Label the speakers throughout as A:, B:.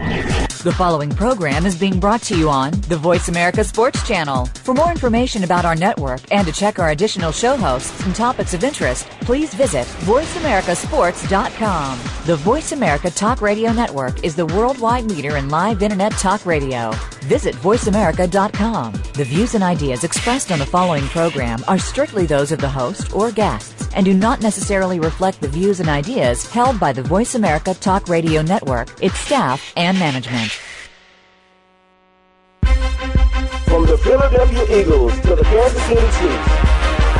A: The following program is being brought to you on the Voice America Sports Channel. For more information about our network and to check our additional show hosts and topics of interest, please visit voiceamericasports.com. The Voice America Talk Radio Network is the worldwide leader in live internet talk radio. Visit voiceamerica.com. The views and ideas expressed on the following program are strictly those of the host or guests and do not necessarily reflect the views and ideas held by the Voice America Talk Radio Network, its staff, and management.
B: From the Philadelphia Eagles to the Kansas City Chiefs,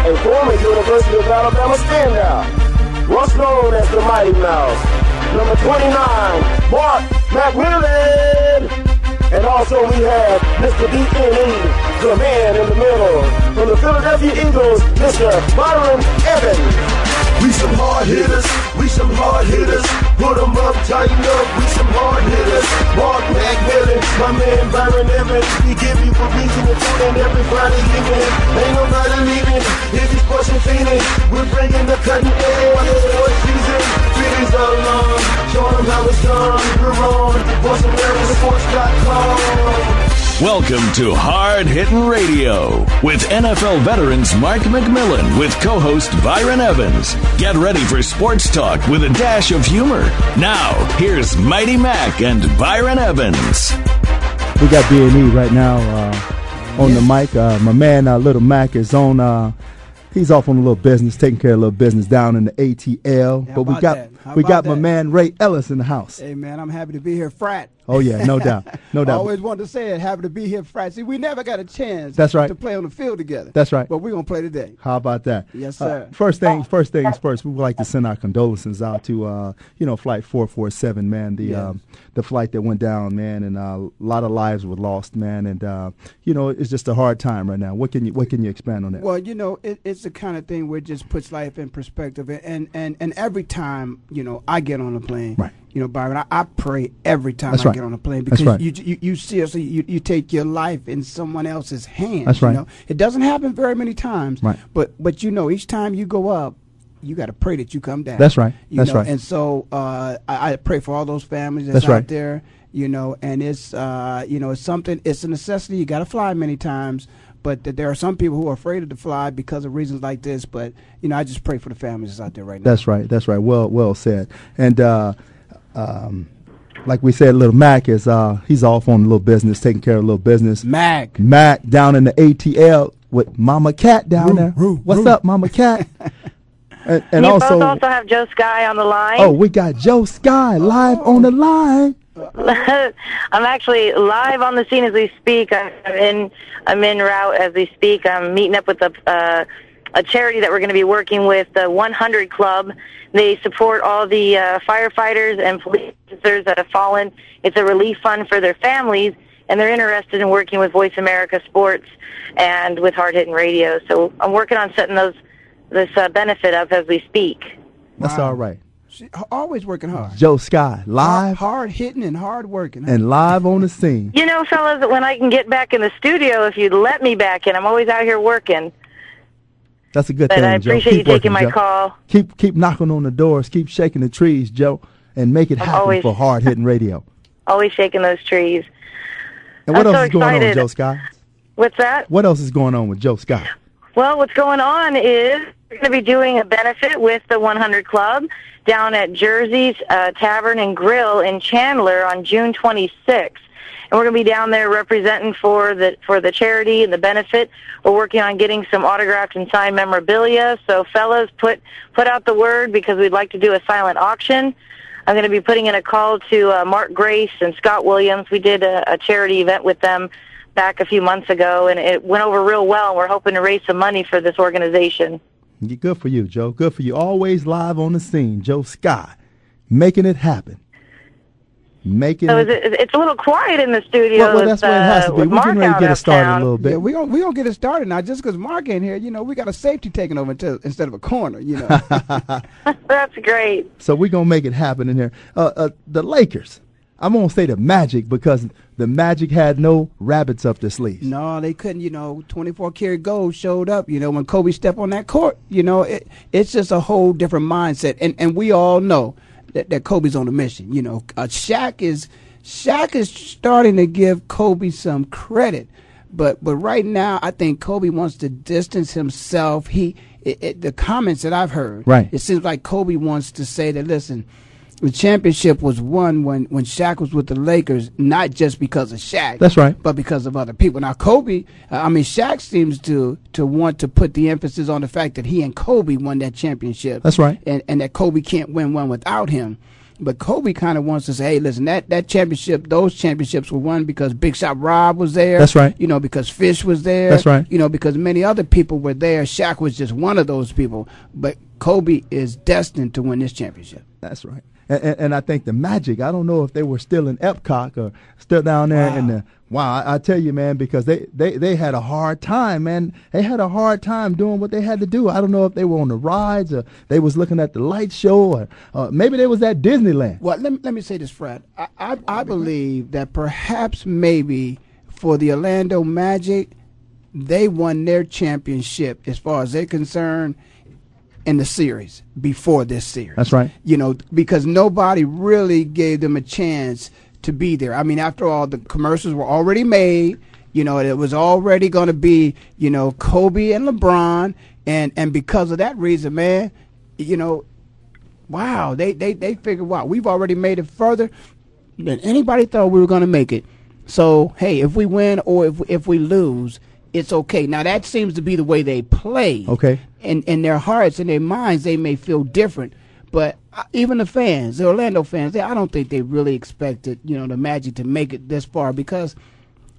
B: a former University of Alabama standout, once known as the Mighty Mouse, number 29, Mark McMillan. And also we have Mr. DNE, E, the man in the middle. From the Philadelphia Eagles, Mr. Byron Evans.
C: We some hard hitters, we some hard hitters. Put 'em up, tighten up, we some hard hitters. Mark McMillan, my man Byron Evans. We give you a reason to tune in every Friday evening. Ain't nobody leaving if you pushing Phoenix. We're bringing the cutting edge sports season. Phoenix all along, showing them how it's done. We're on VoiceAmericaSports.com.
D: Welcome to Hard Hittin' Radio with NFL veterans Mark McMillan with co host Byron Evans. Get ready for sports talk with a dash of humor. Now, here's Mighty Mac and Byron Evans.
E: We got B&E right now uh, on the mic. Uh, my man, uh, Little Mac, is on. uh, he's off on a little business, taking care of a little business down in the ATL.
F: How
E: but we
F: about
E: got
F: that? How
E: we got
F: about
E: my
F: that?
E: man Ray Ellis in the house.
F: Hey man, I'm happy to be here, frat.
E: Oh yeah, no doubt, no
F: I
E: doubt.
F: always wanted to say it. Happy to be here, frat. See, we never got a chance.
E: That's right.
F: To play on the field together.
E: That's right.
F: But we're gonna play today.
E: How about that?
F: Yes,
E: Uh,
F: sir.
E: first thing, first things first. We would like to send our condolences out to uh, you know Flight 447, man. The um, the flight that went down, man, and uh, a lot of lives were lost, man. And uh, you know it's just a hard time right now. What can you what can you expand on that?
F: Well, you know, it, it's the kind of thing where it just puts life in perspective. And, and, and, and every time, you know, I get on a plane,
E: Right.
F: you know, Byron, I, I pray every time
E: That's
F: I
E: right.
F: get on a plane
E: That's
F: because
E: right.
F: you, you, you seriously, you, you take your life in someone else's hands.
E: That's right.
F: You know? It doesn't happen very many times,
E: Right.
F: but, but, you know, each time you go up, you got to pray that you come down.
E: That's right.
F: You
E: That's
F: know,
E: right.
F: And so uh, I, I pray for all those families that's,
E: That's
F: out
E: right.
F: there, you know, and it's, uh, you know, it's something, it's a necessity. You got to fly many times, but th- there are some people who are afraid to fly because of reasons like this. But, you know, I just pray for the families that's out there right now.
E: That's right. That's right. Well, well said. And uh, um, like we said, little Mac is uh, he's off on a little business, taking care of a little business.
F: Mac.
E: Mac down in the ATL with Mama Cat down there.
F: roo,
E: What's
F: roo.
E: up, Mama Cat? and and
G: you
E: also,
G: both also have Joe Sky on the line.
E: oh, we got Joe Sky live on
F: Oh.
E: the line.
G: I'm actually live on the scene as we speak. I'm in I'm in route as we speak. I'm meeting up with a uh, a charity that we're going to be working with, the 100 Club. They support all the uh, firefighters and police officers that have fallen. It's a relief fund for their families, and they're interested in working with Voice America Sports and with Hard Hitting Radio. So I'm working on setting those this uh, benefit up as we speak.
E: That's all right.
F: She, h- always working hard.
E: Joe Sky live
F: Hard hitting and hard working. huh?
E: and live on the scene.
G: You know, fellas, when I can get back in the studio, if you'd let me back in, I'm always out here working.
E: That's a good
G: But
E: thing.
G: I
E: Joe.
G: appreciate
E: Keep
G: you taking
E: working,
G: my
E: Joe.
G: call.
E: Keep keep knocking on the doors. Keep shaking the trees, Joe, and make it happen
G: always-
E: for hard hitting radio.
G: Always shaking those trees.
E: And what
G: I'm
E: else
G: so
E: is going on,
G: excited.
E: Joe Scott?
G: What's that?
E: What else is going on with Joe Scott?
G: Well, what's going on is we're going to be doing a benefit with the 100 Club down at Jersey's uh, Tavern and Grill in Chandler on June 26th. And we're going to be down there representing for the for the charity and the benefit. We're working on getting some autographed and signed memorabilia. So, fellas, put put out the word because we'd like to do a silent auction. I'm going to be putting in a call to uh, Mark Grace and Scott Williams. We did a, a charity event with them back a few months ago, and it went over real well. We're hoping to raise some money for this organization.
E: You- Good for you, Joe. Good for you. Always live on the scene, Joe Scott, making it happen. Making
G: So
E: it.
G: is it, it's a little quiet in the studio.
E: well, well,
G: with,
E: that's what it has
G: uh,
E: to be.
G: with
E: We're getting
G: Mark
E: ready to
G: out
E: get it
G: of
E: started
G: town.
E: a little bit.
F: Yeah, we gonna we gonna get it started now. Just because Mark ain't here, you know, we got a safety taking over until, instead of a corner. You know,
G: That's great.
E: So we're gonna make it happen in here. Uh, uh, the Lakers. I'm gonna say the Magic because the Magic had no rabbits up their sleeves.
F: no, they couldn't. You know, twenty four karat gold showed up. You know, when Kobe stepped on that court, you know, it it's just a whole different mindset. And and we all know that, that Kobe's on a mission. You know, uh, Shaq is Shaq is starting to give Kobe some credit, but but right now I think Kobe wants to distance himself. He it, it, the comments that I've heard,
E: Right.
F: It seems like Kobe wants to say that listen. The championship was won when, when Shaq was with the Lakers, not just because of Shaq.
E: That's right.
F: But because of other people. Now, Kobe, uh, I mean, Shaq seems to, to want to put the emphasis on the fact that he and Kobe won that championship
E: That's right.
F: and, and that Kobe can't win one without him. But Kobe kind of wants to say, hey, listen, that, that championship, those championships were won because Big Shot Rob was there.
E: That's right.
F: You know, because Fish was there.
E: That's right.
F: You know, because many other people were there. Shaq was just one of those people. But Kobe is destined to win this championship.
E: That's right. And, and, and I think the Magic, I don't know if they were still in Epcot or still down there in the. Wow, I, I tell you, man, because they, they, they had a hard time, man. They had a hard time doing what they had to do. I don't know if they were on the rides or they was looking at the light show or uh, maybe they was at Disneyland.
F: Well, let me, let me say this, Fred. I, I, I believe that perhaps maybe for the Orlando Magic, they won their championship as far as they're concerned in the series before this series.
E: That's right.
F: You know, because nobody really gave them a chance to be there. I mean, after all, the commercials were already made. You know, it was already going to be, you know, Kobe and LeBron, and and because of that reason, man, you know, wow, they they they figured, wow, we've already made it further than anybody thought we were going to make it. So hey, if we win or if if we lose, it's okay. Now that seems to be the way they play.
E: Okay.
F: In in their hearts and their minds, they may feel different. But uh, even the fans, the Orlando fans, they, I don't think they really expected, you know, the Magic to make it this far because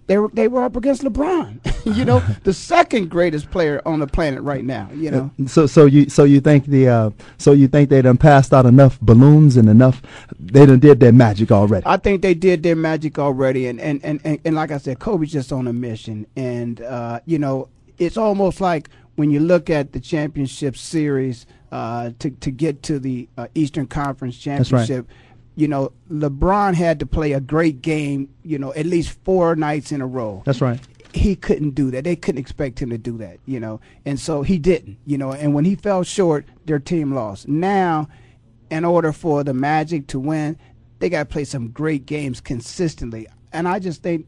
F: they were, they were up against LeBron, you know, the second greatest player on the planet right now, you know.
E: So so you so you think the uh, so you think they done passed out enough balloons and enough they done did their magic already.
F: I think they did their magic already, and and and and, and like I said, Kobe's just on a mission, and uh, you know, it's almost like when you look at the championship series uh, to to get to the uh, Eastern Conference
E: right.
F: championship. You know, LeBron had to play a great game. You know, at least four nights in a row
E: That's right.
F: he couldn't do that. They couldn't expect him to do that, you know. And so he didn't, you know. And when he fell short, their team lost. Now, in order for the Magic to win, they got to play some great games consistently. And I just think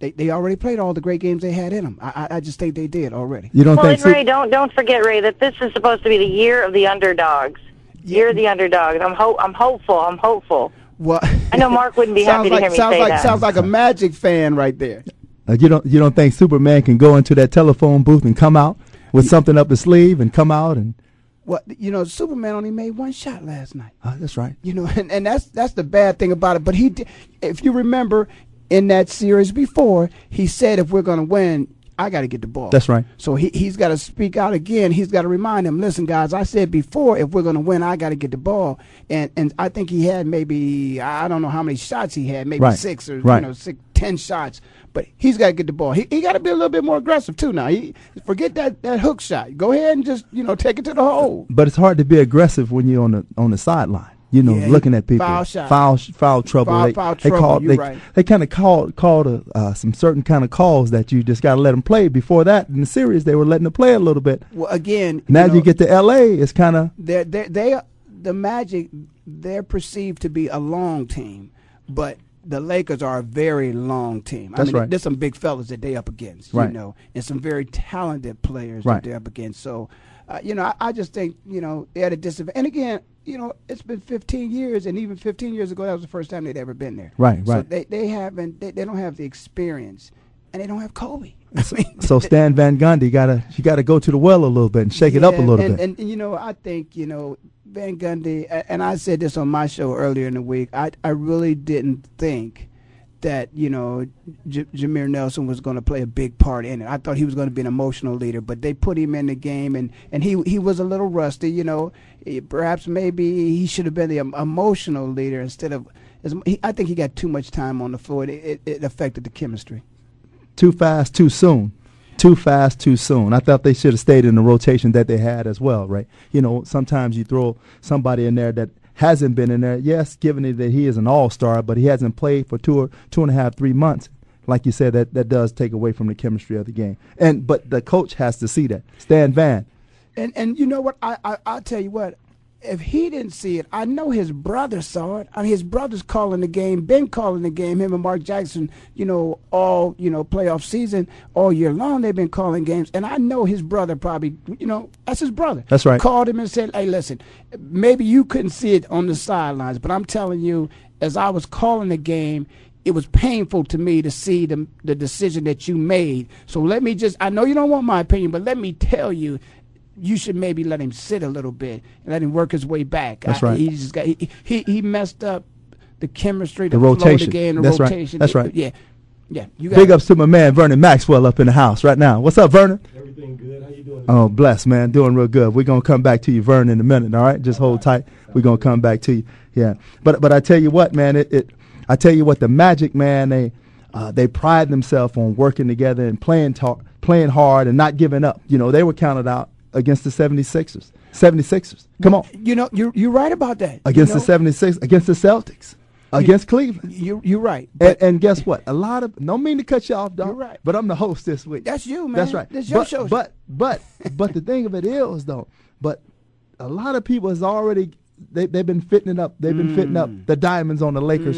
F: they, they already played all the great games they had in them. I, I I just think they did already.
E: You don't
G: Well,
E: think
G: and Ray, don't don't forget, Ray, that this is supposed to be the year of the underdogs. Year of the underdogs. I'm ho- I'm hopeful. I'm hopeful.
F: Well,
G: I know Mark wouldn't be happy
F: sounds
G: to
F: like
G: hear me
F: sounds
G: say
F: like
G: that.
F: sounds like a Magic fan right there.
E: Uh, you don't you don't think Superman can go into that telephone booth and come out with something up his sleeve and come out and
F: Well, you know, Superman only made one shot last night.
E: uh, that's right.
F: you know, and, and that's that's the bad thing about it. But he, did, if you remember in that series before, he said if we're going to win, I got to get the ball.
E: That's right.
F: So he he's got to speak out again. He's got to remind them, listen, guys, I said before if we're going to win, I got to get the ball. And and I think he had maybe I don't know how many shots he had, maybe
E: Right.
F: six or
E: Right.
F: you know six. Ten shots, but he's got to get the ball. He, he got to be a little bit more aggressive too. Now, he forget that, that hook shot. Go ahead and just you know take it to the hole.
E: But it's hard to be aggressive when you're on the on the sideline. You know,
F: Yeah,
E: looking at people,
F: foul shot.
E: foul, sh- foul trouble.
F: Foul-
E: they,
F: foul
E: they
F: trouble,
E: called,
F: you're
E: they,
F: right.
E: they kind of called called uh, uh, some certain kind of calls that you just got to let them play. Before that, in the series, they were letting them play a little bit.
F: Well, again,
E: Now you,
F: know-
E: get to L.A., it's kind of
F: they're, they're, they are- the Magic, they're perceived to be a long team, but the Lakers are a very long team.
E: That's
F: I mean,
E: right.
F: There's some big fellas that they up against,
E: Right.
F: you know, and some very talented players
E: Right.
F: that they're up against. So, uh, you know, I, I just think, you know, they're at a disadvantage. And again, you know, it's been 15 years, and even 15 years ago, that was the first time they'd ever been there.
E: Right,
F: So
E: right.
F: they, they haven't, they, they don't have the experience, and they don't have Kobe. I mean,
E: so. Stan Van Gundy got to you got to go to the well a little bit and shake it up a
F: yeah,
E: little
F: and,
E: bit.
F: And, and, you know, I think you know Van Gundy, a- and I said this on my show earlier in the week. I I really didn't think that you know J- Jameer Nelson was going to play a big part in it. I thought he was going to be an emotional leader, but they put him in the game, and and he he was a little rusty. You know, Eh, perhaps maybe he should have been the em- emotional leader instead of. as m- he- I think he got too much time on the floor. It, it, it affected the chemistry.
E: too fast, too soon. Too fast, too soon. I thought they should have stayed in the rotation that they had as well, right? You know, sometimes you throw somebody in there that hasn't been in there. Yes, given it that he is an all star, but he hasn't played for two or two and a half, three months. Like you said, that, that does take away from the chemistry of the game. And but the coach has to see that. Stan Van.
F: And and you know what? I I, I tell you what, if he didn't see it, I know his brother saw it. I mean, his brother's calling the game, been calling the game. Him and Mark Jackson, you know, all you know, playoff season, all year long, they've been calling games. And I know his brother probably, you know, that's his brother.
E: That's right.
F: Called him and said, "Hey, listen, maybe you couldn't see it on the sidelines, but I'm telling you, as I was calling the game." It was painful to me to see the, the decision that you made. So let me just, I know you don't want my opinion, but let me tell you, you should maybe let him sit a little bit and let him work his way back.
E: That's
F: I-
E: right.
F: He just got he, he he messed up the chemistry,
E: The
F: the, flow of
E: rotation.
F: the game, the
E: That's right.
F: rotation.
E: That's right.
F: Yeah, yeah. You got
E: Big ups to my man Vernon Maxwell up in the house right now. What's up, Vernon?
H: Everything good? How you doing?
E: Oh, blessed, man. Doing real good. We're going to come back to you, Vern, in a minute, all right? Just hold tight. We're going to come back to you. Yeah. But but I tell you what, man, it, it I tell you what, the Magic, man, they uh, they pride themselves on working together and playing tar- playing hard and not giving up. You know, they were counted out against the 76ers. 76ers. Come on.
F: you know you're you're right about that.
E: Against
F: you know,
E: the 76ers, against the Celtics, against Cleveland.
F: You you're right.
E: And, and guess what? A lot of don't mean to cut you off, dog.
F: You're right.
E: But I'm the host this week.
F: That's you, man.
E: That's right.
F: That's your
E: but,
F: show.
E: But but but the thing of it is though, but a lot of people has already they they've been fitting it up. They've been fitting up
F: Mm.
E: the diamonds on the Lakers,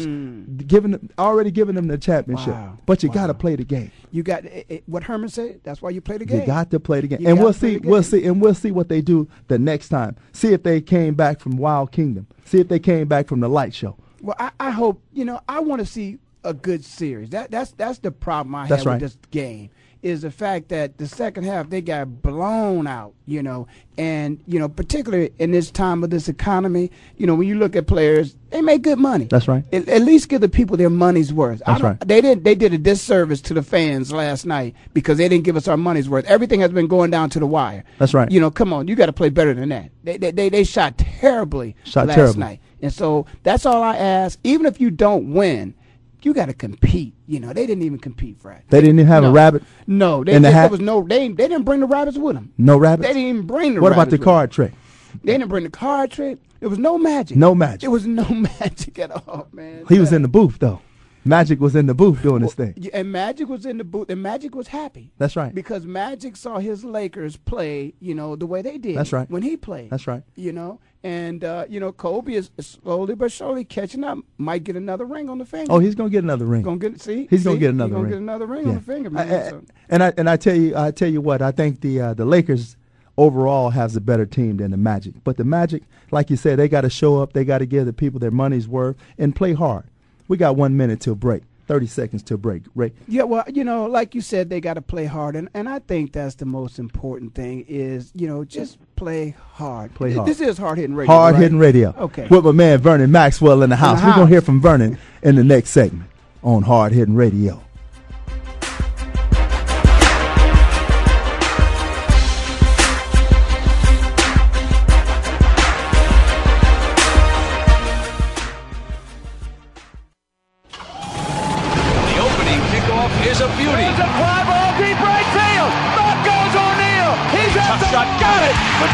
E: giving them, already giving them the championship.
F: Wow.
E: But you got to play the game.
F: You got it, it- what Herman said. That's why you play the game.
E: You got to play the game,
F: You
E: and we'll
F: gotta play
E: see.
F: the
E: We'll
F: game.
E: see, and we'll see what they do the next time. See if they came back from Wild Kingdom. See if they came back from the light show.
F: Well, I, I hope you know. I want to see a good series. That that's that's the problem I
E: That's
F: have
E: right.
F: with this game is the fact that the second half they got blown out. You know, and you know, particularly in this time of this economy, you know, when you look at players, they make good money.
E: That's right.
F: At, at least give the people their money's worth. I
E: That's
F: don't-
E: right.
F: They didn't. They did a disservice to the fans last night because they didn't give us our money's worth. Everything has been going down to the wire.
E: That's right.
F: You know, come on, you got to play better than that. They they they, they shot terribly
E: Shot
F: last
E: terribly.
F: night. And so that's all I ask. Even if you don't win, you got to compete. You know, they didn't even compete, Fred.
E: They didn't even have a
F: No.
E: rabbit.
F: No, they,
E: in the
F: there-
E: hat?
F: there was no. They they didn't bring the rabbits with them.
E: No rabbits?
F: They didn't even bring the.
E: What about
F: rabbits
E: the
F: with 'em.
E: card trick?
F: They didn't bring the card trick. There was no magic.
E: No magic.
F: There was no magic at all, man.
E: He was in the booth though. Magic was in the booth doing his thing.
F: Yeah, And Magic was in the booth, and Magic was happy.
E: That's right.
F: Because Magic saw his Lakers play, you know, the way they did.
E: That's right.
F: When he played.
E: That's right.
F: You know, and uh, you know, Kobe is slowly but surely catching up. Might get another ring on the finger.
E: Oh, he's gonna get another ring.
F: gonna get see.
E: He's gonna
F: see?
E: get another
F: He gonna
E: ring.
F: Get another ring Uh,
E: Yeah.
F: on the finger,
E: I-
F: man.
E: I-
F: so.
E: and I and I tell you, I tell you what, I think the uh, the Lakers overall has a better team than the Magic. But the Magic, like you said, they got to show up. They got to give the people their money's worth and play hard. We got one minute till break. Thirty seconds till break. Ray,
F: Yeah, well, you know, like you said, they got to play hard, and, and I think that's the most important thing is you know just play hard.
E: Play
F: Th-
E: hard.
F: This is hard hitting radio.
E: hard
F: right?
E: hitting radio.
F: Okay.
E: With my man Vernon Maxwell in the house. We're
F: house.
E: gonna hear from Vernon in the next segment on Hard Hitting Radio.
I: The opening kickoff is a beauty.
J: It's a fly ball deep right field. Back goes O'Neal. He's at the shot. Got it with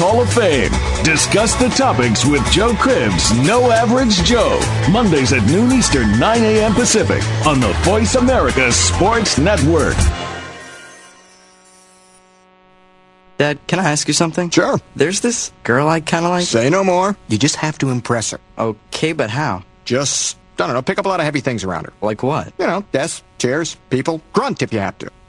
D: Hall of Fame. Discuss the topics with Joe Cribbs, No Average Joe, Mondays at noon Eastern, 9 a.m. Pacific, on the Voice America Sports Network.
K: Dad, can I ask you something?
L: Sure.
K: There's this girl I kind of like.
L: Say no more. You just have to impress her.
K: Okay, but how?
L: Just, I don't know, pick up a lot of heavy things around her.
K: Like what?
L: You know, desks, chairs, people. Grunt if you have to.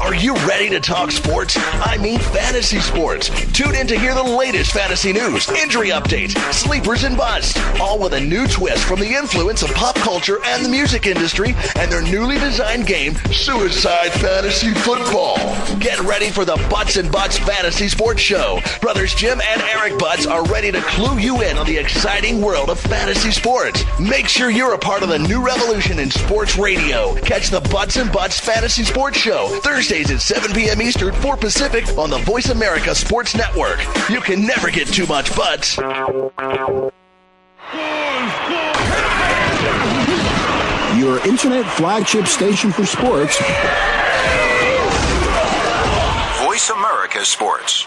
H: Are you ready to talk sports? I mean fantasy sports. Tune in to hear the latest fantasy news, injury updates, sleepers and busts, all with a new twist from the influence of pop culture and the music industry and their newly designed game, Suicide Fantasy Football. Get ready for the Butts and Butts Fantasy Sports Show. Brothers Jim and Eric Butts are ready to clue you in on the exciting world of fantasy sports. Make sure you're a part of the new revolution in sports radio. Catch the Butts and Butts Fantasy Sports Show Thursdays at 7 p.m. Eastern, 4 Pacific on the Voice America Sports Network. You can never get too much butts.
L: Your internet flagship station for sports.
C: Voice America Sports.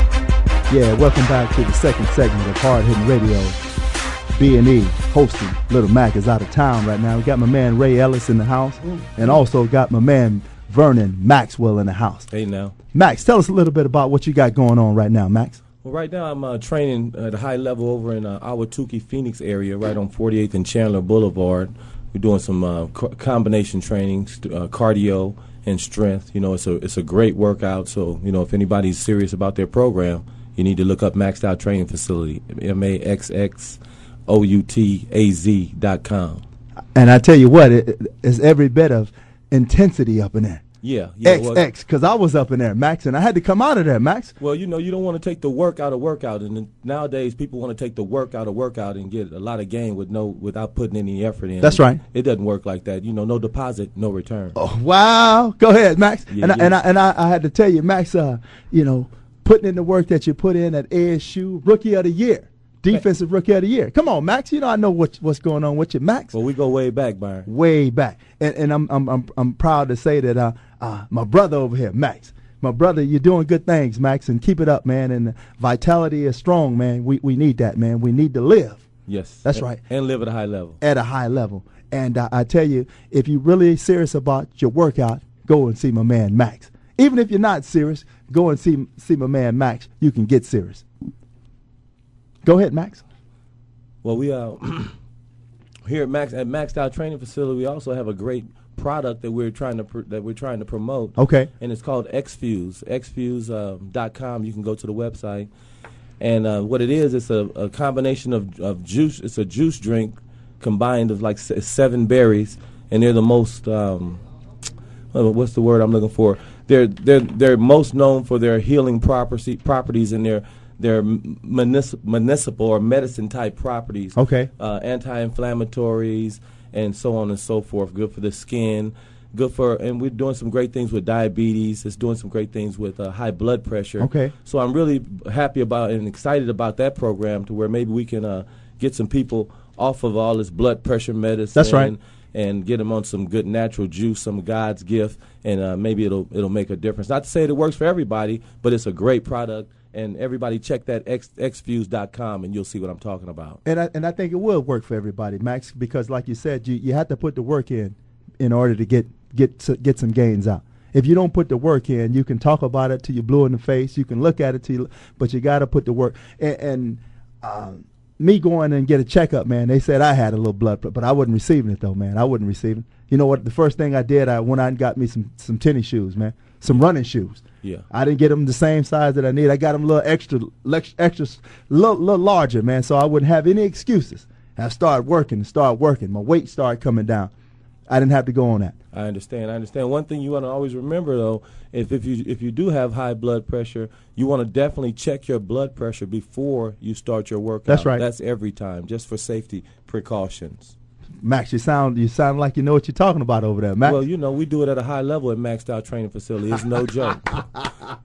E: Yeah, welcome back to the second segment of Hard Hitting Radio. B and E hosting Little Mac is out of town right now. We got my man Ray Ellis in the house, and also got my man Vernon Maxwell in the house.
M: Hey now.
E: Max, tell us a little bit about what you got going on right now, Max.
M: Well, right now I'm uh, training at a high level over in uh, Awatuki, Phoenix area, right on 48th and Chandler Boulevard. We're doing some uh, co- combination training, st- uh, cardio and strength. You know, it's a it's a great workout. So you know, if anybody's serious about their program, you need to look up Maxed Out Training Facility, M A X X O U T A Z dot com.
E: And I tell you what, it, it's every bit of intensity up in there.
M: Yeah, yeah.
E: XX,
M: well,
E: because I was up in there, Max, and I had to come out of there, Max.
M: well, you know, you don't want to take the work out of workout, and then nowadays people want to take the work out of workout and get a lot of gain with no without putting any effort in.
E: That's right.
M: It doesn't work like that. You know, no deposit, no return.
E: Wow, go ahead, Max.
M: Yeah,
E: and, I,
M: yeah.
E: and I and I, I had to tell you, Max, uh, you know, putting in the work that you put in at ASU, Rookie of the Year, Defensive Rookie of the Year. Come on, Max. You know I know what what's going on with you, Max.
M: Well, we go way back, Byron.
E: way back. And, and I'm, I'm, I'm, I'm proud to say that uh, uh, my brother over here, Max, my brother, you're doing good things, Max, and keep it up, man. And vitality is strong, man. We, we need that, man. We need to live
M: Yes,
E: That's
M: And-
E: right.
M: And live at a high level.
E: at a high level. And uh, I tell you, if you're really serious about your workout, go and see my man, Max. Even if you're not serious, go and see, see my man, Max. You can get serious. Go ahead, Max.
M: Well, we uh, here at Max at Maxed Out Training Facility, we also have a great product that we're trying to pr- that we're trying to promote.
E: Okay.
M: and it's called Xfuse. Xfuse.com. you can go to the website, and uh, what it is, it's a, a combination of of juice. It's a juice drink combined of like se- seven berries, and they're the most. Um, uh, what's the word I'm looking for? They're they're they're most known for their healing property properties and their their municipal, municipal or medicine type properties.
E: Okay.
M: Uh, anti-inflammatories and so on and so forth. Good for the skin. Good for and we're doing some great things with diabetes. It's doing some great things with uh, high blood pressure.
E: Okay.
M: So I'm really happy about and excited about that program to where maybe we can uh, get some people off of all this blood pressure medicine
E: That's right.
M: and get them on some good natural juice, some God's gift, and uh, maybe it'll it'll make a difference. Not to say it works for everybody, but it's a great product. And everybody, check that x, xfuse.com, and you'll see what I'm talking about.
E: And I, and I think it will work for everybody, Max, because like you said, you, you have to put the work in in order to get get s- get some gains out. If you don't put the work in, you can talk about it till you're blue in the face. You can look at it till, you, but you got to put the work. And, and um, me going and get a checkup, man. They said I had a little blood, but but I wasn't receiving it though, man. I wasn't receiving. You know what? The first thing I did, I went out and got me some some tennis shoes, man, some running shoes.
M: Yeah.
E: I didn't get them the same size that I need. I got them a little extra, lex- extra, little, little larger, man. So I wouldn't have any excuses. I started working and started working. My weight started coming down. I didn't have to go on that.
M: I understand. I understand. One thing you want to always remember though, if, if you if you do have high blood pressure, you want to definitely check your blood pressure before you start your workout.
E: That's right.
M: That's every time, just for safety precautions.
E: Max, you sound you sound like you know what you're talking about over there, Max.
M: Well, you know, we do it at a high level at Maxed Out Training Facility. It's no joke.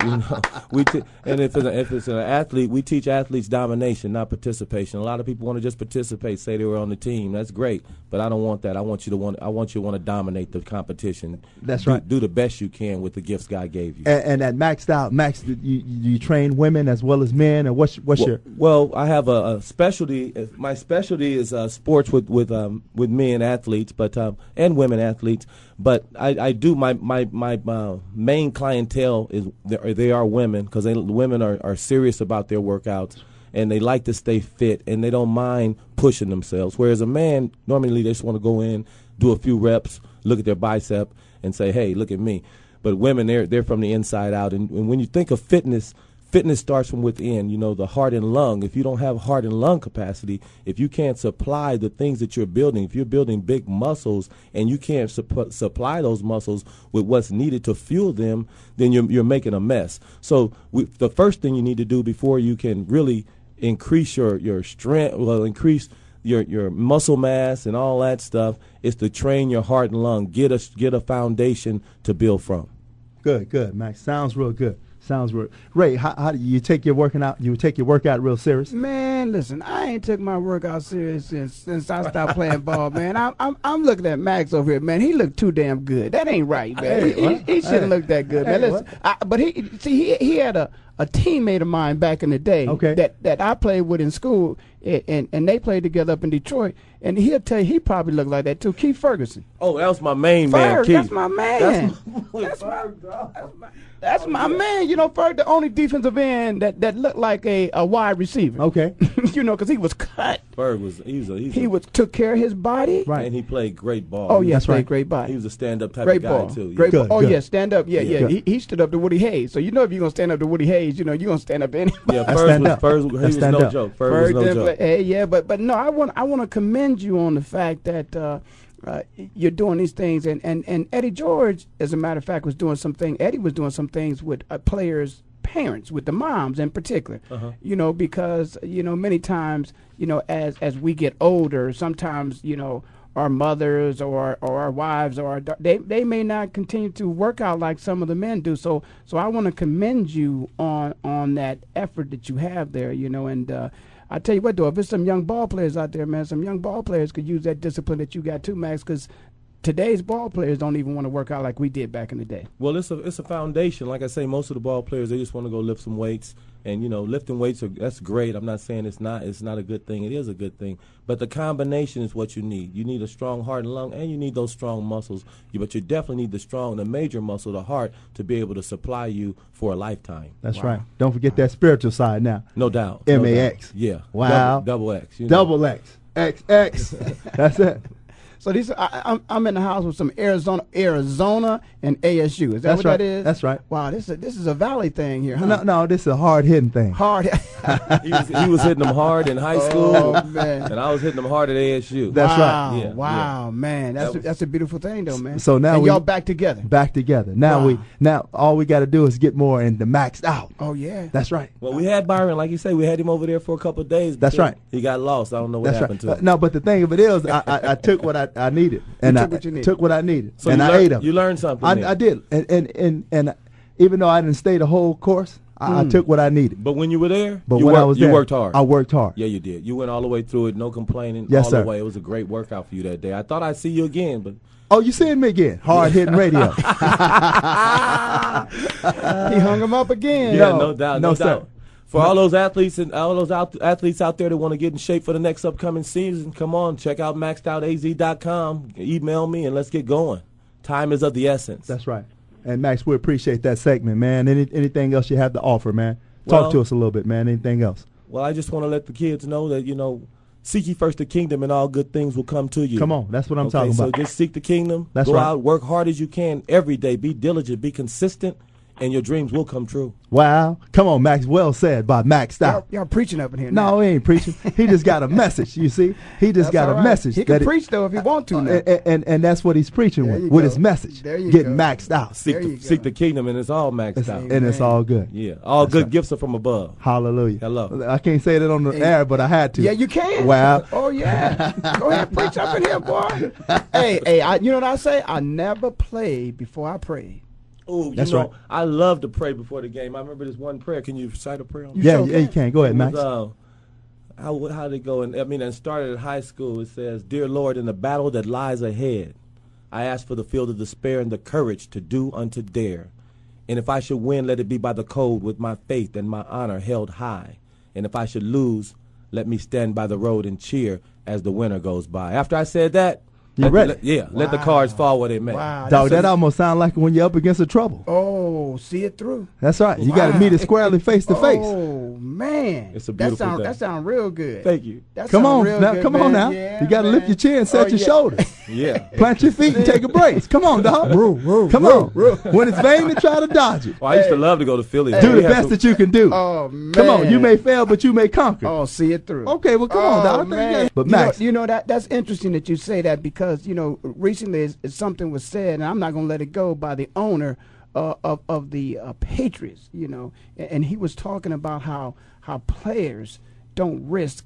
M: You know, we t- and if it's, a, if it's an athlete, we teach athletes domination, not participation. A lot of people want to just participate, say they were on the team. That's great, but I don't want that. I want you to want. I want you to want to dominate the competition.
E: That's
M: Do-
E: right.
M: Do the best you can with the gifts God gave you.
E: And, and at maxed out, max, you, you you train women as well as men, and what's what's
M: well,
E: your
M: well, I have a, a specialty. if- My specialty is uh, sports with with um, with men athletes, but um, and women athletes. But I, I do my my my uh, main clientele is they are, they are women because women are, are serious about their workouts and they like to stay fit and they don't mind pushing themselves. Whereas a man normally they just want to go in, do a few reps, look at their bicep, and say, "Hey, look at me." But women, they're they're from the inside out, and, and when you think of fitness fitness starts from within you know the heart and lung if you don't have heart and lung capacity if you can't supply the things that you're building if you're building big muscles and you can't supp- supply those muscles with what's needed to fuel them then you're, you're making a mess so we, the first thing you need to do before you can really increase your, your strength well increase your your muscle mass and all that stuff is to train your heart and lung get a get a foundation to build from
E: good good max? Sounds real good. Sounds real. Ray, how, how do you take your working out? You take your workout real serious?
F: Man, listen, I ain't took my workout serious since, since I stopped playing ball, man. I'm, I'm I'm looking at Max over here, man. He looked too damn good. That ain't right, man.
E: Hey,
F: He-
E: what?
F: he, he shouldn't
E: Hey.
F: look that good, man.
E: Hey,
F: Listen, I, but he see he he had a, a teammate of mine back in the day that that I played with in school, and, and and they played together up in Detroit. And he'll tell you he probably looked like that too, Keith Ferguson.
M: oh that was my main man
F: Ferg,
M: Keith.
F: that's my man. That's my, that's my man. You know, Ferg, the only defensive end that, that looked like a, a wide receiver.
E: Okay.
F: you know, because he was cut.
M: Berg was he's a he's
F: He
M: a,
F: was took care of his body.
M: and he played great ball.
F: Oh,
M: He
F: yes,
M: was-
F: played great ball.
M: He was a stand-up type
F: Great
M: of guy
F: ball.
M: too.
F: Great ball. Oh, yeah, stand up. Yeah, yeah.
M: Good.
F: He, he stood up to Woody Hayes. So you know if you're going to stand up to Woody Hayes, you know you're going to stand up to anybody.
M: Yeah, Ferg stand was- up. Ferg was- he I was stand no up. joke. Ferg was no
F: didn't
M: joke.
F: play- hey, yeah, but but no, I want I want to commend you on the fact that uh, uh, you're doing these things, and, and and Eddie George, as a matter of fact, was doing something. Eddie was doing some things with uh, players' parents, with the moms in particular.
N: Uh-huh.
F: You know, because you know many times, you know, as as we get older, sometimes you know. Our mothers or, or our wives or our, da- they they may not continue to work out like some of the men do. So so I want to commend you on on that effort that you have there. You know, and uh, I tell you what, though, if there's some young ball players out there, man, some young ball players could use that discipline that you got too, Max, because today's ball players don't even want to work out like we did back in the day.
M: Well, it's a it's a foundation. Like I say, most of the ball players they just want to go lift some weights, and you know, lifting weights are, that's great. I'm not saying it's not it's not a good thing. It is a good thing, but the combination is what you need. You need a strong heart and lung, and you need those strong muscles. You, but you definitely need the strong, the major muscle, the heart, to be able to supply you for a lifetime.
E: That's right. Don't forget that spiritual side now.
M: No doubt. No
E: MAX.
M: doubt. Yeah.
E: Wow.
M: Double- double X, you know.
E: double X. X X. That's it.
F: So these, I, I'm, I'm in the house with some Arizona, Arizona and ASU. Is that
E: That's
F: what
E: right.
F: that is?
E: That's right.
F: Wow, this is this is a valley thing here. Huh?
E: No, no, this is a hard hitting thing.
F: Hard.
M: he, was, he was hitting them hard in high school,
F: Oh, man.
M: and I was hitting them hard at ASU.
F: wow,
M: Yeah, yeah.
F: Wow, man, that's
M: That
F: a, that's a beautiful thing, though, man.
E: So now
F: and
E: we-
F: y'all back together.
E: Back together. Now we now all we got to do is get more and the maxed out.
F: Oh yeah.
E: That's right.
M: Well, we had Byron, like you say, we had him over there for a couple of days.
E: That's
M: but
E: right.
M: He got lost. I don't know what
E: That's
M: happened
E: right. Uh,
M: to him.
E: no, but the thing of it is, I, I, I took what I, I needed, and
M: took
E: I
M: what you needed.
E: took what I needed,
M: So
E: and
M: you
E: I
M: learned-
E: ate them.
M: you learned something
E: I,
M: there.
E: I did, and and and, and even though I didn't stay the whole course, I, I
M: Mm.
E: took what I needed.
M: But when you were there,
E: But
M: you
E: when I
M: worked,
E: was
M: you
E: there,
M: worked hard.
E: I worked hard.
M: Yeah, you did. You went all the way through it, no complaining.
E: Yes,
M: all
E: sir.
M: the way. It was a great workout for you that day. I thought I'd see you again, but
E: Oh, you seeing me again? Hard hitting radio.
F: he hung him up again.
M: yeah, no, doubt, no,
E: no, sir.
M: doubt. For all those athletes and all those out- athletes out there that want to get in shape for the next upcoming season, come on, check out maxedoutaz.com. Email me and let's get going. Time is of the essence.
E: That's right. And Max, we appreciate that segment, man. Any, anything else you have to offer, man? Talk
M: Well-
E: to us a little bit, man. Anything else?
M: Well, I just want to let the kids know that you know, seek ye first the kingdom, and all good things will come to you.
E: Come on, that's what I'm
M: Okay,
E: talking about.
M: So just seek the kingdom.
E: That's
M: go
E: right.
M: out, work hard as you can every day. Be diligent, be consistent, and your dreams will come true.
E: Wow. Come on, Max. Well said by Max Stout.
F: Y'all, y'all preaching up in here. now.
E: No, he ain't preaching. He just got a message. You see, he just
F: That's
E: got a
F: all right.
E: message.
F: He can
E: that it-
F: preach though if he want to.
E: and,
F: Now.
E: and, and and that's what he's preaching
F: There
E: with,
F: you
E: with
F: go.
E: his message.
F: There you
E: Getting
F: go.
E: maxed out.
M: Seek, the, seek the kingdom, and it's all maxed out.
E: And it's all good.
M: Yeah, all
E: That's
M: good
E: right.
M: gifts are from above.
E: Hallelujah.
M: Hello.
E: I can't say that on the
F: Hey.
E: air, but I had to.
F: Yeah, you can.
E: Wow.
F: Oh yeah. Go ahead, preach up in here, boy. hey, hey, I, you know what I say? I never played before I prayed.
M: Oh, you
E: That's
M: know,
E: right.
M: I love to pray before the game. I remember this one prayer. Can you recite a prayer? on
E: You Yeah,
M: me?
E: sure yeah, you can. Go ahead,
M: It was,
E: Max.
M: uh, how how did it go? And I mean, it started at high school. It says, "Dear Lord, in the battle that lies ahead, I ask for the field of despair and the courage to do unto dare. And if I should win, let it be by the code, with my faith and my honor held high. And if I should lose, let me stand by the road and cheer as the winter goes by." After I said that,
E: You
M: let-
E: ready?
M: let- yeah, let the cards fall where they may.
E: Dog, that almost sound like when you're up against the trouble.
F: Oh, see it through.
E: That's right. You got to
F: Wow.
E: meet it squarely face to face.
F: Oh man,
E: It's a
F: that
E: beautiful
F: sound,
E: day.
F: That sound real good.
E: Thank you.
F: That
E: Come
F: sound
E: on
F: real
E: now,
F: good,
E: come
F: man.
E: on now.
F: Yeah,
E: you got to lift your chin, set
F: Oh,
E: your
F: yeah.
E: shoulders,
M: Yeah.
E: plant your feet, and take a brace. Come on, dog. come on. When it's vain to try to dodge it,
M: Oh, I used to love to go to Philly.
E: do
M: We
E: the
M: had
E: best
M: some-
E: that you can do.
F: Oh
E: Come on,
F: man.
E: you may fail, but you may conquer.
F: Oh, see it through.
E: Okay, well, come on, dog. I think you got- But
F: Oh, You know-
E: Max-
F: you know, that that's interesting that you say that because you know recently is, is something was said, and I'm not going to let it go by the owner uh, of of the uh, Patriots. You know, and, and he was talking about how how players don't risk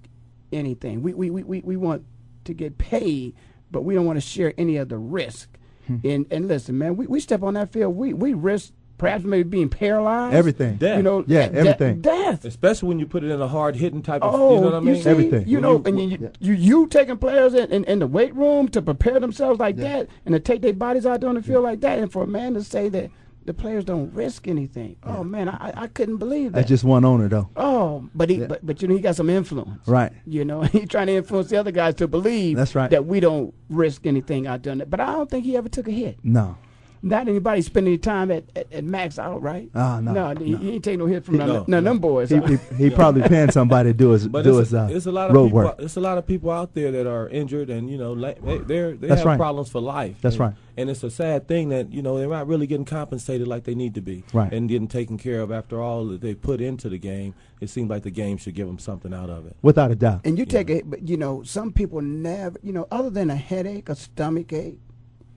F: anything. We we we we, we want to get paid, but we don't want to share any of the risk.
E: Hmm.
F: And and listen, man, we, we step on that field, we we risk perhaps maybe being paralyzed.
E: Everything.
M: Death.
F: You know,
E: Yeah,
F: de-
E: everything.
F: Death.
M: Especially when you put it in a hard hitting type of.
F: Oh,
M: you know what I mean?
F: see, You know, and you, you you taking players in, in, in the weight room to prepare themselves like that, and to take their bodies out there on the field like that, and for a man to say that the players don't risk anything. Oh man, I, I couldn't believe that.
E: That's just one owner, though.
F: oh, but he but, but you know he got some influence.
E: Right.
F: You know, he trying to influence the other guys to believe
E: That's right.
F: that we don't risk anything out there. But I don't think he ever took a hit.
E: No.
F: Not anybody spending any time at, at, at Max out, right?
E: Ah, no,
F: No, he, he ain't take no hit from none,
M: No,
F: none of them boys.
E: He, he, he probably paying somebody to do his
M: But
E: do
M: it's,
E: his
M: a,
E: uh,
M: it's a lot of
E: road
M: people.
E: work.
M: It's a lot of people out there that are injured, and you know, la- they they're, they
E: That's
M: have
E: right.
M: problems for life.
E: That's
M: and,
E: right.
M: And it's a sad thing that you know they're not really getting compensated like they need to be,
E: Right.
M: And getting taken care of after all that they put into the game. It seems like the game should give them something out of it.
E: Without a doubt.
F: And you take it, but you know, some people never, you know, other than a headache, a stomach ache,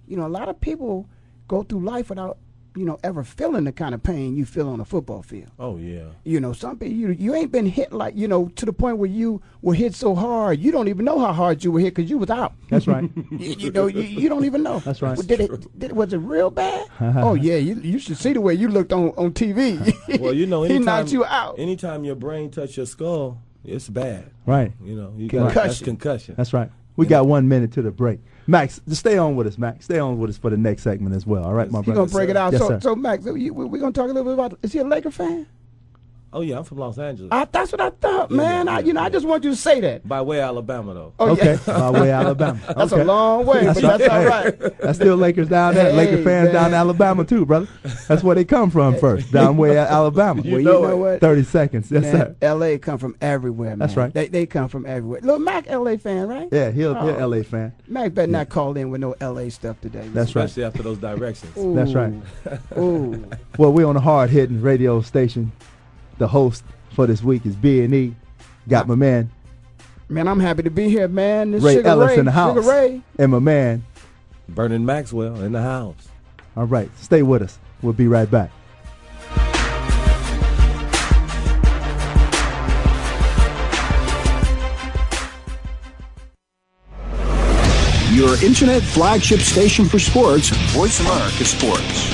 F: you know, a lot of people go through life without, you know, ever feeling the kind of pain you feel on a football field.
M: Oh yeah.
F: You know, some people, you, you ain't been hit like, you know, to the point where you were hit so hard, you don't even know how hard you were hit because you was out.
E: That's right.
F: you, you know, you, you don't even know.
E: That's right.
F: Did it, did, was it real bad? oh, yeah, you, you should see the way you looked on, on TV.
M: Well, you know,
F: he
M: anytime,
F: knocked you out.
M: Anytime your brain touch your skull, it's bad.
E: Right.
M: You know, you got that's concussion.
E: That's right. We got one minute to the break. Max, just stay on with us, Max. Stay on with us for the next segment as well. All right, my
F: You're
E: brother.
F: going to break it out.
E: Yes,
F: so,
E: sir.
F: so, Max, you, we- we're going to talk a little bit about, is he a Laker fan?
M: Oh yeah, I'm from Los Angeles.
F: I, that's what I thought, man. I, you know, I just want you to say that.
M: by way of Alabama though.
F: Oh,
E: okay,
F: yeah.
E: my way Alabama.
F: That's a
E: Okay.
F: long way, but that's all right.
E: That's still Lakers down there. Laker
F: Hey,
E: fans
F: man.
E: down in Alabama too, brother. That's where they come from first. Down way at Alabama.
F: Well, you know know it. what?
E: Thirty seconds. Yes, sir.
F: Man, L.A. come from everywhere, man.
E: That's right.
F: They, they come from everywhere. Little Mac, L.A. fan, right?
E: Yeah, he'll
F: Oh.
E: he'll LA fan.
F: Mac better not call in with no L.A. stuff today. man.
E: That's right.
M: Especially after those directions.
F: Ooh.
E: That's right.
F: Ooh.
E: Well, we're on a hard hitting radio station. The host for this week is B and E. Got my man
F: Man, I'm happy to be here, man. This
E: Ray
F: Sugar
E: Ellis
F: Ray,
E: in the house.
F: Sugar Ray.
E: and my man.
M: Vernon Maxwell in the house.
E: All right, stay with us. We'll be right back.
L: Your internet flagship station for sports, Voice America Sports.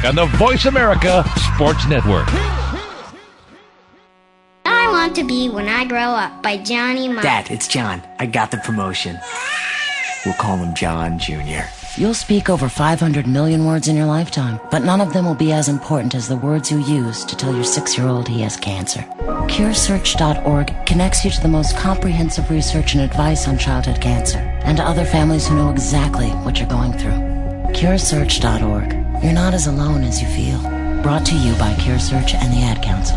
N: on the Voice America Sports Network.
O: I want to be when I grow up by Johnny Meyer.
P: Dad, it's John. I got the promotion. We'll call him John Jr.
Q: You'll speak over 500 million words in your lifetime, but none of them will be as important as the words you use to tell your six year old he has cancer. CureSearch.org connects you to the most comprehensive research and advice on childhood cancer and to other families who know exactly what you're going through. CureSearch.org. You're not as alone as you feel. Brought to you by CureSearch and the Ad Council.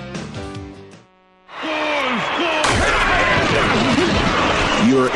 L: Your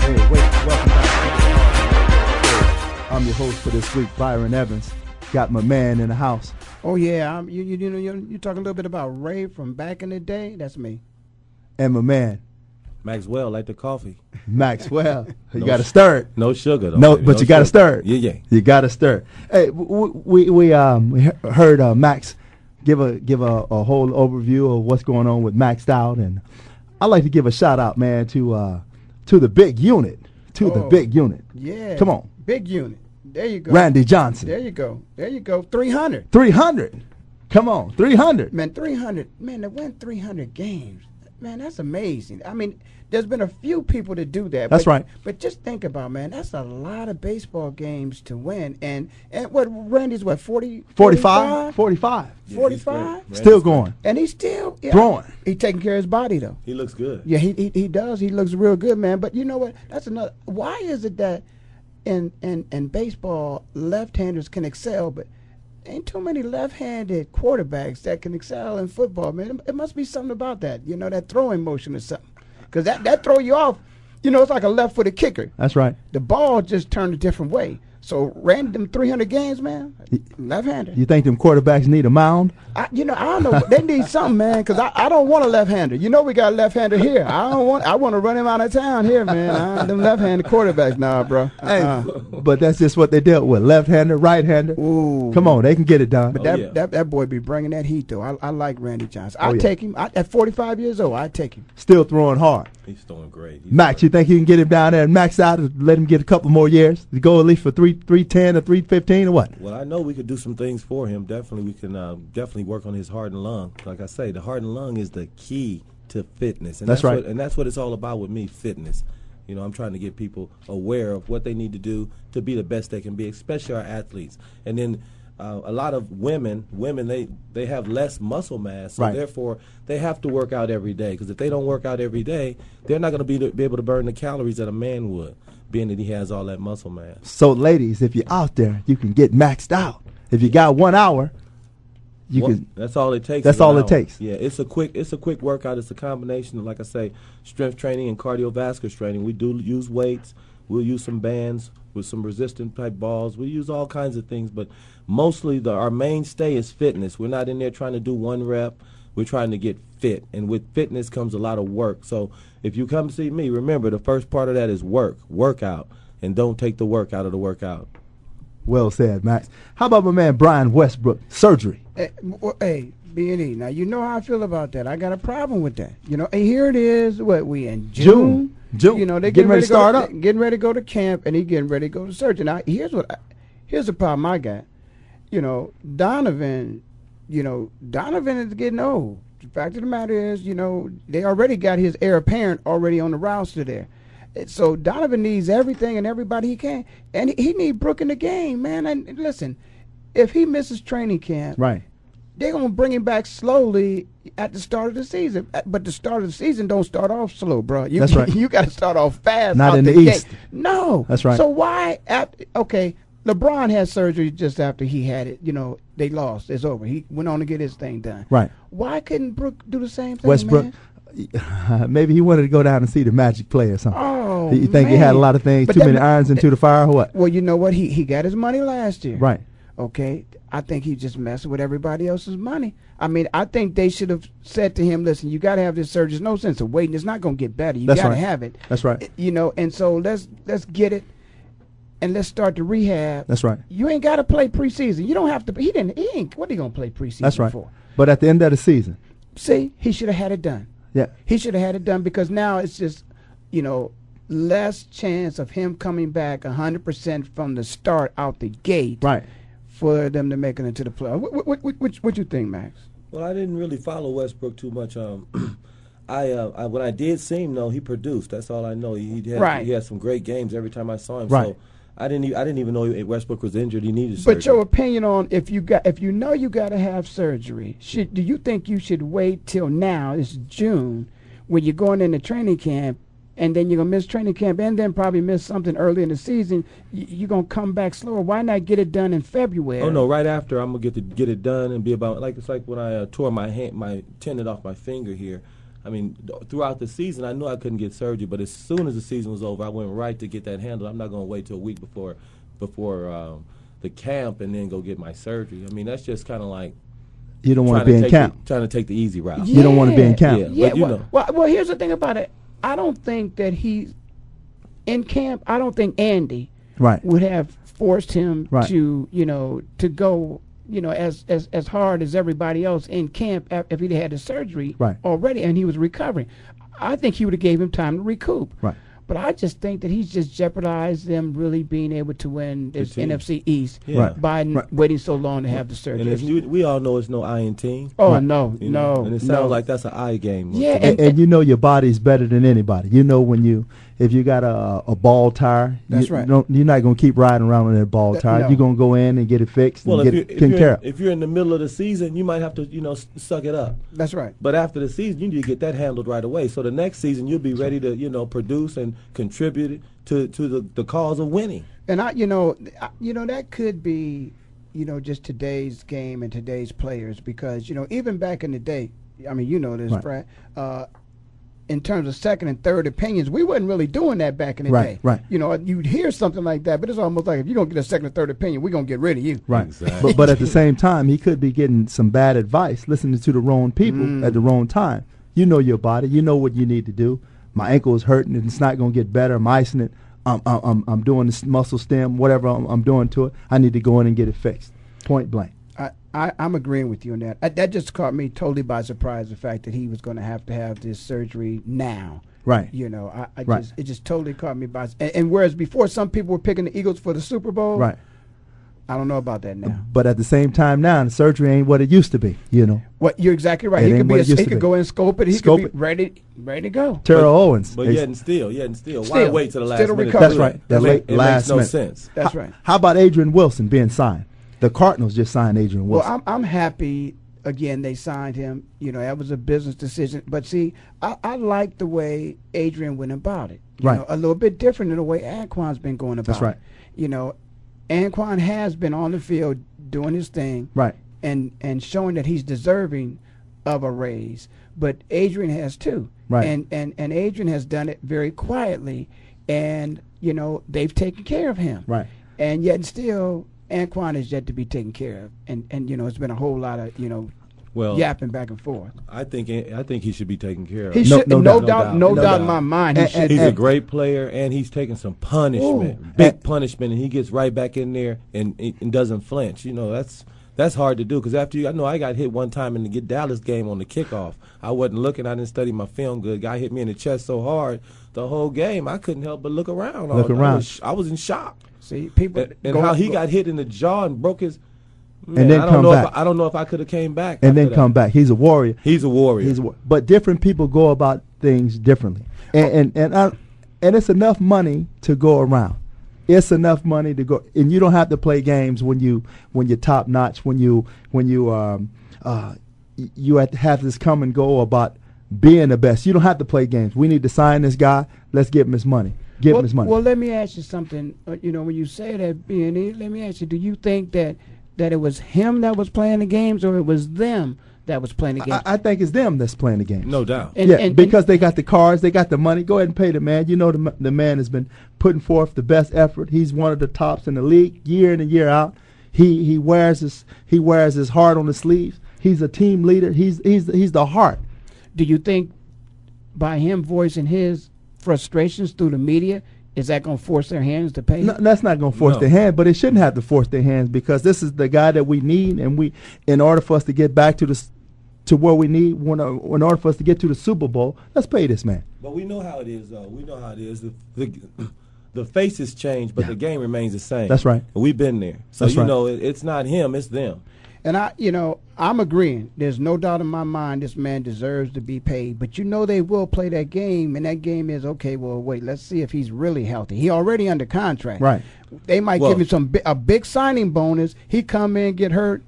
E: I'm your host for this week, Byron Evans. Got my man in the house.
F: Oh yeah, I'm, you, you you know you're, you're talking a little bit about Ray from back in the day. That's me.
E: And my man,
M: Maxwell, like the coffee.
E: Maxwell. You
M: No
E: got to
M: su-
E: stir it.
M: no sugar, though,
E: no,
M: baby,
E: but
M: no
E: you got to
M: sugar.
E: stir it.
M: Yeah, yeah.
E: You got to stir. it. Hey, w- w- we we um we he- heard uh, Max give a give a, a whole overview of what's going on with Maxed Out, and I'd like to give a shout out, man, to uh to the big unit, to the
F: Oh,
E: big unit.
F: Yeah.
E: Come on,
F: Big unit. There you go.
E: Randy Johnson.
F: There you go. There you go. Three hundred.
E: three hundred. Come on, three hundred.
F: Man, 300. Man, they win 300 games. Man, that's amazing. I mean, there's been a few people to do that.
E: That's
F: but,
E: right.
F: But just think about, man, that's a lot of baseball games to win. And and what Randy's what 40
E: 45, 45.
F: 45?
E: Still going.
F: And he's still yeah,
E: Throwing.
F: He taking care of his body though.
M: He looks good.
F: Yeah, he, he he does. He looks real good, man. But you know what? That's another. Why is it that in in in baseball left-handers can excel, but ain't too many left-handed quarterbacks that can excel in football, man? It, it must be something about that. You know, that throwing motion or something, because that that throw you off. You know, it's like a left-footed kicker.
E: That's right.
F: The ball just turned a different way. So random 300 games, man. Left-hander.
E: You think them quarterbacks need a mound?
F: I, you know, I don't know. They need something, man, because I, I don't want a left-hander. You know, we got a left-hander here. I don't want. I want to run him out of town here, man. I, them left-handed quarterbacks, nah, bro. Uh-uh.
E: Uh, But that's just what they dealt with. Left hander, right hander. Come on, they can get it done.
F: But that,
M: Oh,
F: that that boy be bringing that heat though. I, I like Randy Johnson. I
E: Oh, yeah.
F: take him I, at 45 years old. I take him.
E: Still throwing hard.
M: He's throwing great.
E: Max, you think you can get him down there and max out and let him get a couple more years? To go at least for three three ten or three fifteen or what?
M: Well, I know we could do some things for him. Definitely, we can uh, definitely work on his heart and lung. Like I say, the heart and lung is the key to fitness, and
E: That's right.
M: What, and that's what it's all about with me, fitness. You know, I'm trying to get people aware of what they need to do to be the best they can be, especially our athletes. And then uh, a lot of women, women they they have less muscle mass, so
E: Right.
M: therefore they have to work out every day. Because if they don't work out every day, they're not going to be be able to burn the calories that a man would, being that he has all that muscle mass.
E: So ladies, if you're out there, you can get maxed out. If you got one hour, you
M: Well,
E: can
M: That's all it takes.
E: That's
M: is an
E: all it
M: hour.
E: takes.
M: Yeah, it's a quick. It's a quick workout. It's a combination of, like I say, strength training and cardiovascular training. We do use weights. We'll use some bands with some resistant type balls. We use all kinds of things, but mostly the our mainstay is fitness. We're not in there trying to do one rep. We're trying to get fit, and with fitness comes a lot of work. So if you come see me, remember the first part of that is work, workout, and don't take the work out of the workout.
E: well said, Max. How about my man Brian Westbrook? Surgery.
F: Hey, Eh, w- w- hey, B and E. Now you know how I feel about that. I got a problem with that. You know, and here it is. What we in June?
E: June. June.
F: You know, they're getting,
E: Getting ready to start
F: go,
E: up.
F: they Getting ready to go to camp, and he getting ready to go to surgery. Now here's what. I, here's the problem I got. You know, Donovan. You know, Donovan is getting old. The fact of the matter is, you know, they already got his heir apparent already on the roster there. And So Donovan needs everything and everybody he can, and he- he need Brook in the game, man. And listen, if he misses training camp,
E: Right.
F: they're gonna bring him back slowly at the start of the season. Uh, But the start of the season don't start off slow, bro. You,
E: That's right.
F: You got to start off fast.
E: Not
F: out
E: in
F: the,
E: the
F: gate.
E: East.
F: No.
E: That's right.
F: So why? After, okay, LeBron had surgery just after he had it. You know, they lost. It's over. He went on to get his thing done.
E: Right.
F: Why couldn't Brooke do the same thing?
E: Westbrook.
F: man?
E: Maybe he wanted to go down and see the magic play or something.
F: Oh,
E: you think he had a
F: man.
E: lot of things,
F: But
E: too
F: that-
E: many irons into the fire, or what?
F: Well, you know what? He he got his money last year.
E: Right.
F: Okay. I think he just messing with everybody else's money. I mean, I think they should have said to him, "Listen, you got to have this surgery. There's no sense of waiting. It's not going to get better. You
E: That's
F: got to
E: right.
F: have it.
E: That's right.
F: You know." And so let's let's get it, and let's start the rehab.
E: That's right.
F: You ain't got to play preseason. You don't have to. He didn't. He ain't. What are you going to play preseason
E: That's right.
F: for?
E: But at the end of the season,
F: See, he should have had it done.
E: yeah,
F: He should have had it done because now it's just, you know, less chance of him coming back 100% from the start out the gate.
E: Right.
F: For them to make it into the playoff. What, what, what, what, what you think, Max?
M: Well, I didn't really follow Westbrook too much. Um, I, uh, I when I did see him, though, he produced. That's all I know. He, he had
F: Right.
M: he had some great games every time I saw him.
E: Right.
M: So I didn't e- I didn't even know Westbrook was injured. He needed surgery.
F: But your opinion on if you got if you know you got to have surgery, should do you think you should wait till now? It's June, when you're going into training camp, and then you're gonna miss training camp, and then probably miss something early in the season. y- You're gonna come back slower. Why not get it done in February?
M: Oh no! Right after I'm gonna get to get it done and be about like it's like when I uh, tore my hand, my tendon off my finger here. I mean, th- throughout the season, I knew I couldn't get surgery, but as soon as the season was over, I went right to get that handled. I'm not gonna wait till a week before before um, the camp and then go get my surgery. I mean, that's just kind of like
E: you don't want
M: trying
E: to be in
M: take the-
E: camp.
M: trying to take the easy route.
E: You don't wanna be in camp.
M: Yeah,
F: Yeah,
M: but you
F: well,
M: know,
F: well, well, here's the thing about it. I don't think that he, in camp, I don't think Andy
E: Right.
F: would have forced him
E: Right.
F: to, you know, to go, you know, as, as, as hard as everybody else in camp af- if he'd had the surgery
E: Right.
F: already and he was recovering. I think he would have gave him time to recoup.
E: Right.
F: But I just think that he's just jeopardized them really being able to win this
M: team.
F: NFC East
M: Yeah. Right.
F: by n- waiting so long to have the
M: and it's,
F: surgery.
M: we we all know it's no I in team.
F: Oh, no,
M: You know,
F: no,
M: And it sounds
F: no.
M: like that's an I game.
F: Yeah,
E: and, and you know your body's better than anybody. You know when you if you got a, a ball tire,
F: That's
E: you
F: right.
E: don't, you're not gonna keep riding around on that ball
F: Th-
E: tire.
F: no.
E: You're gonna go in and get it fixed
M: Well,
E: and
M: if
E: get
M: you're,
E: it
M: if,
E: taken care
M: you're,
E: of.
M: if you're in the middle of the season, you might have to, you know, s- suck it up.
F: That's right.
M: But after the season, you need to get that handled right away. So the next season, you'll be ready to, you know, produce and contribute to to the, the cause of winning.
F: And I, you know, th- I- you know that could be, you know, just today's game and today's players because you know even back in the day, I mean, you know this,
E: Right.
F: Brad. Uh, in terms of second and third opinions, we wasn't really doing that back in the
E: Right,
F: day.
E: right.
F: You know, you'd hear something like that, but it's almost like if you don't get a second or third opinion, we're gonna get rid of you.
E: Right.
M: Exactly.
E: But but at the same time he could be getting some bad advice, listening to the wrong people
M: Mm.
E: at the wrong time. You know your body, you know what you need to do. My ankle is hurting and it's not gonna get better, I'm icing it. I'm I'm- I'm, I'm doing this muscle stem, whatever I'm, I'm doing to it. I need to go in and get it fixed. Point blank.
F: I, I, I'm agreeing with you on that. I, that just caught me totally by surprise. The fact that he was going to have to have this surgery now.
E: Right.
F: You know, I, I
E: Right.
F: just it just totally caught me by. And, and whereas before some people were picking the Eagles for the Super Bowl.
M: Oh.
E: Right.
F: I don't know about that now.
E: But at the same time now, the surgery ain't what it used to be, you know.
F: What you're exactly right.
E: It
F: He
E: ain't
F: could be
E: what
F: a,
E: it used
F: he
E: to
F: could
E: be.
F: go and scope it. He
E: Scope
F: could be
E: it.
F: ready ready to go.
E: Terrell Owens.
M: But
E: is-
M: yet and still, yet and still, why
F: Still.
M: wait till the last
F: Still to
M: minute? to
F: recover.
E: That's
M: do it?
E: right.
M: That
E: That
M: make,
E: late,
M: it
E: last
M: makes no
E: minute.
M: sense.
F: That's
E: How-
F: right.
E: How about Adrian Wilson being signed? The Cardinals just signed Adrian
F: Well,
E: Wilson.
F: I'm I'm happy again they signed him. You know, that was a business decision. But see, I, I like the way Adrian went about it. You
E: Right.
F: know, a little bit different than the way Anquan's been going about
E: That's right.
F: it. You know, Anquan has been on the field doing his thing.
E: Right.
F: And and showing that he's deserving of a raise. But Adrian has too.
E: Right.
F: And and, and Adrian has done it very quietly and you know, they've taken care of him.
E: Right.
F: And yet still Anquan is yet to be taken care of. And and you know, it's been a whole lot of, you know,
M: Well,
F: yapping back and forth.
M: I think I think he should be taken care of.
F: He
E: No-
F: should
E: no
F: no,
E: doubt.
F: doubt, no, doubt, in my mind he
E: And-
F: should
E: and-
M: He's
F: be.
M: a great player, and he's taking some punishment,
F: Ooh.
M: big
E: And-
M: punishment, and he gets right back in there and, and doesn't flinch. You know, that's that's hard to do because after you, I know I got hit one time in the get Dallas game on the kickoff. I wasn't looking. I didn't study my film good. Guy hit me in the chest so hard the whole game I couldn't help but look around.
E: Look
M: I- I
E: around.
M: was, sh- I was in shock.
F: See, people
M: And, and
F: go-
M: how he
F: go-
M: got hit in the jaw and broke his. Man,
E: then
M: I don't
E: come
M: know
E: back.
M: If I, I don't know if I could have came back.
E: and
M: after
E: then
M: that.
E: come back. He's a warrior.
M: He's a warrior.
E: He's a war- but different people go about things differently, and and and, I, and it's enough money to go around. It's enough money to go, and you don't have to play games when you when you're top notch. When you when you um, uh, y- you have, to have this come and go about being the best. You don't have to play games. We need to sign this guy. Let's give him his money. Give
F: well,
E: him his money.
F: well, let me ask you something. Uh, you know, when you say that being it, let me ask you: Do you think that that it was him that was playing the games, or it was them that was playing the games?
E: I think it's them that's playing the game.
M: No doubt.
F: And-
E: yeah,
F: and-
E: because they got the cars, they got the money. Go ahead and pay the man. You know the, m- the man has been putting forth the best effort. He's one of the tops in the league year in and year out. He he wears his he wears his heart on his sleeves. He's a team leader. He's he's he's the heart.
F: Do you think by him voicing his frustrations through the media, is that going to force their hands to pay?
E: No, that's not going to force
F: No.
E: their hand, but it shouldn't have to force their hands because this is the guy that we need, and we, in order for us to get back to the, s- to where we need, when, uh, in order for us to get to the Super Bowl, let's pay this man.
M: But we know how it is, though. We know how it is. The, the, the faces change, but the game remains the same.
E: That's right.
M: And we've been there. So,
E: That's
M: you
E: right.
M: know, it, it's not him, it's them.
F: And I, you know, I'm agreeing. There's no doubt in my mind this man deserves to be paid. But you know they will play that game, and that game is okay. Well, wait, let's see if he's really healthy. He already under contract.
E: Right.
F: They might
M: Well-
F: give him some bi- a big signing bonus. He come in, get hurt.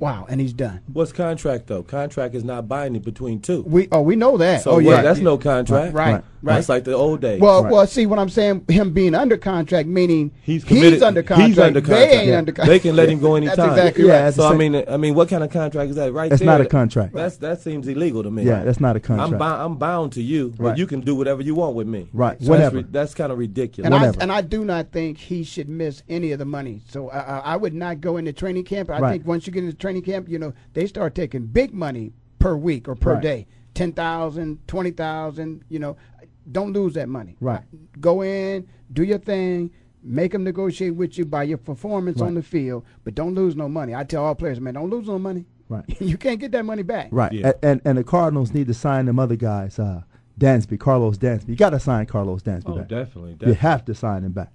F: Wow, and he's done.
M: What's contract, though? Contract is not binding between two.
F: We oh we know that.
M: So,
F: oh
M: well,
F: yeah,
M: that's no contract.
F: Right, right.
M: That's like the old days.
F: Well, well, see what I'm saying. Him being under contract, meaning he's,
M: committed-
F: under contract.
M: He's under contract.
F: They ain't under contract.
M: They can let him go anytime.
F: That's exactly right.
M: So I mean, I mean, what kind of contract is that? Right.
E: That's
M: there,
E: not a contract.
M: That's that seems illegal to me.
E: Yeah, that's not a
M: I'm
E: contract.
M: bound. I'm bound to you, but
E: Right.
M: you can do whatever you want with me. So
E: Right,
M: that's
E: whatever.
M: re- That's kind of ridiculous.
F: And I and I do not think he should miss any of the money. So I, I, I would not go into training camp. I
M: Right.
F: think once you get into training camp, you know they start taking big money per week or per
E: Right.
F: day, ten thousand, twenty thousand. You know, don't lose that money.
E: Right.
F: Go in, do your thing. Make them negotiate with you by your performance
E: Right.
F: on the field, but don't lose no money. I tell all players, man, don't lose no money.
E: Right.
F: you can't get that money back.
E: Right. A- And, and the Cardinals need to sign them other guys. Uh, Dansby, Carlos Dansby. You got to sign Carlos Dansby
M: Oh,
E: back.
M: definitely,
E: You
M: definitely.
E: have to sign him back.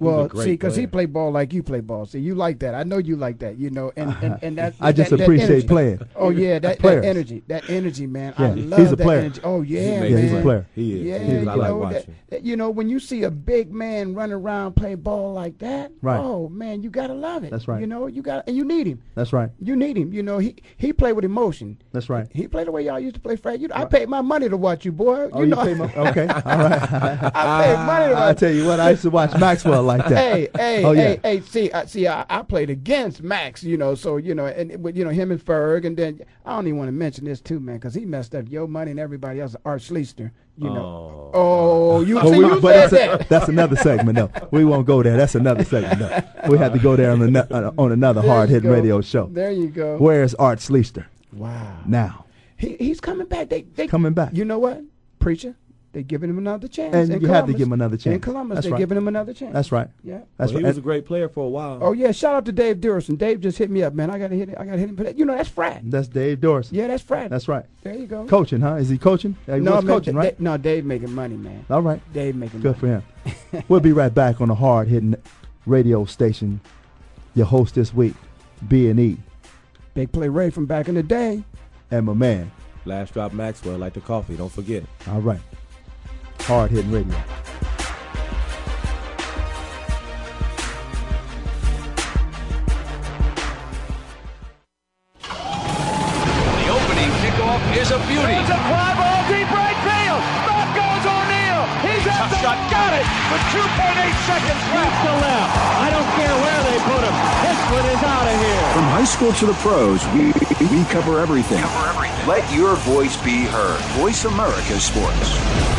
F: Well, see, because he played ball like you play ball. See, you like that. I know you like that. You know, and and, and that.
E: I just
F: that- that
E: appreciate
F: energy.
E: playing.
F: Oh yeah, that, that
E: Players.
F: energy, that energy, man. I
E: Yeah,
F: love
E: he's a
F: that
E: player.
F: energy. Oh
E: He's
F: yeah,
E: amazing. Yeah, he's a
F: man.
E: player. He is.
F: Yeah,
E: He is.
F: you
E: I like
F: know,
E: watching
F: that- that- you know, when you see a big man run around play ball like that,
E: Right.
F: oh man, you gotta love it.
E: That's right.
F: You know, you got and you need him.
E: That's right.
F: You need him. You know, he he played with emotion.
E: That's right.
F: He played the way y'all used to play, Fred. You, I paid my money to watch you, boy.
E: Oh,
F: you, know,
E: paid mo- okay, all right.
F: I paid money to watch
E: I tell you what, I used to watch Maxwell like that.
F: Hey, hey,
E: oh, yeah.
F: hey, hey! See, I, see, I, I played against Max, you know. So you know, and it- but, you know him and Ferg, and then I don't even want to mention this too, man, because he messed up your money and everybody else. Art Schleister, you know. Oh, you,
E: But
F: see,
E: we-
F: you said
E: but that's,
F: that.
E: that's another segment. No, we won't go there. That's another segment. No, we have to go there on, ano- on- on another
F: There you
E: hard hitting
F: go.
E: radio show.
F: There you go.
E: Where is Art Sleester?
F: Wow.
E: Now,
F: He, he's coming back. They, they
E: Coming back.
F: You know what, preacher? They giving him another chance.
E: and you
F: in
E: have to
F: Columbus.
E: give him another chance.
F: In Columbus,
E: That's
F: they're
E: right.
F: giving him another chance.
E: That's right.
F: Yeah.
E: That's
M: Well, he
E: right.
M: was a great player for a while.
F: Oh yeah! Shout out to Dave Durison. Dave just hit me up, man. I gotta hit. I gotta hit him for that. You know that's Frat.
E: That's Dave Dorson.
F: Yeah, that's Frat.
E: That's right.
F: There you go.
E: Coaching, huh? Is he coaching? He was
F: man,
E: coaching,
F: Da-
E: right?
F: Da- no, Dave making money, man.
E: All right.
F: Dave making
E: Good
F: money.
E: for him. we'll be right back on the hard hitting radio station. Your host this week, B and E,
F: Big Play Ray from back in the day.
E: and my man.
M: Last drop Maxwell, like the coffee. Don't forget.
E: All right. Hard hitting radio.
I: The opening kickoff is a beauty.
J: It's a fly ball deep right field. Back goes O'Neal. He's at the shot. Got it with 2.8 seconds left. to left. I don't care where they put him. This one is out of here.
L: From high school to the pros, we, we cover everything. Let your voice be heard. Voice America Sports.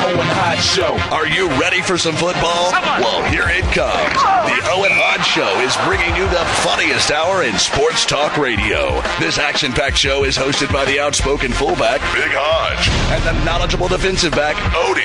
I: Oh, and high
H: Odd Show. Are you ready for some football? Well, here it comes. The Owen Odd Show is bringing you the funniest hour in sports talk radio. This action packed show is hosted by the outspoken fullback, Big Hodge, and the knowledgeable defensive back, Odie.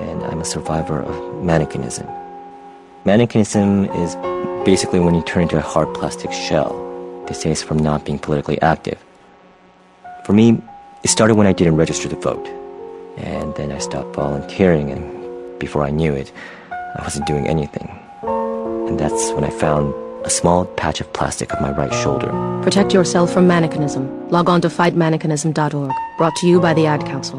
R: and I'm a survivor of mannequinism. Mannequinism is basically when you turn into a hard plastic shell. They say it's from not being politically active. For me, it started when I didn't register to vote, and then I stopped volunteering, and before I knew it, I wasn't doing anything. And that's when I found a small patch of plastic on my right shoulder.
S: Protect yourself from mannequinism. Log on to fightmannequinism.org. Brought to you by the Ad Council.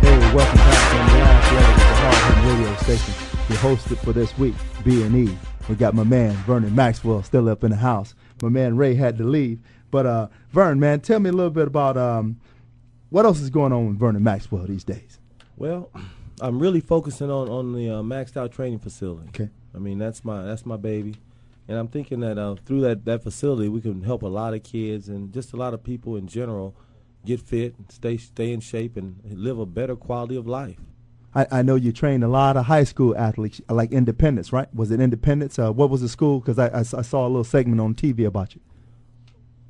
E: Hey, welcome back on the Athletic, the Hard Hitting Radio Station. Your hosted for this week, B and E. We got my man Vernon Maxwell still up in the house. My man Ray had to leave, but uh, Vern, man, tell me a little bit about um, what else is going on with Vernon Maxwell these days.
M: Well, I'm really focusing on on the uh, maxed out training facility. Okay. I mean that's my that's my baby, and I'm thinking that uh, through that that facility we can help a lot of kids and just a lot of people in general get fit, stay stay in shape, and live a better quality of life.
E: I, I know you trained a lot of high school athletes, like Independence, right? Was it Independence? Uh, what was the school? Because I, I s- I saw a little segment on TV about you.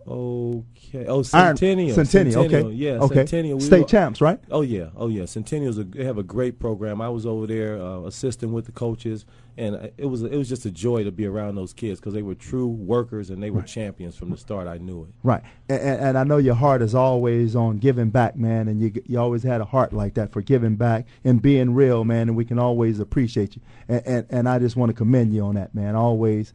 M: Okay. Oh,
E: Iron-
M: Centennial.
E: Centennial, okay.
M: Yeah,
E: Okay.
M: Centennial.
E: State
M: were-
E: champs, right?
M: Oh, yeah. Oh, yeah. Centennial's a, they have a great program. I was over there uh, assisting with the coaches, and uh, it was it was just a joy to be around those kids because they were true workers and they were champions from the start. I knew it.
E: Right, and, and, and I know your heart is always on giving back, man, and you g- you always had a heart like that for giving back and being real, man, and we can always appreciate you, and and, and I just want to commend you on that, man, always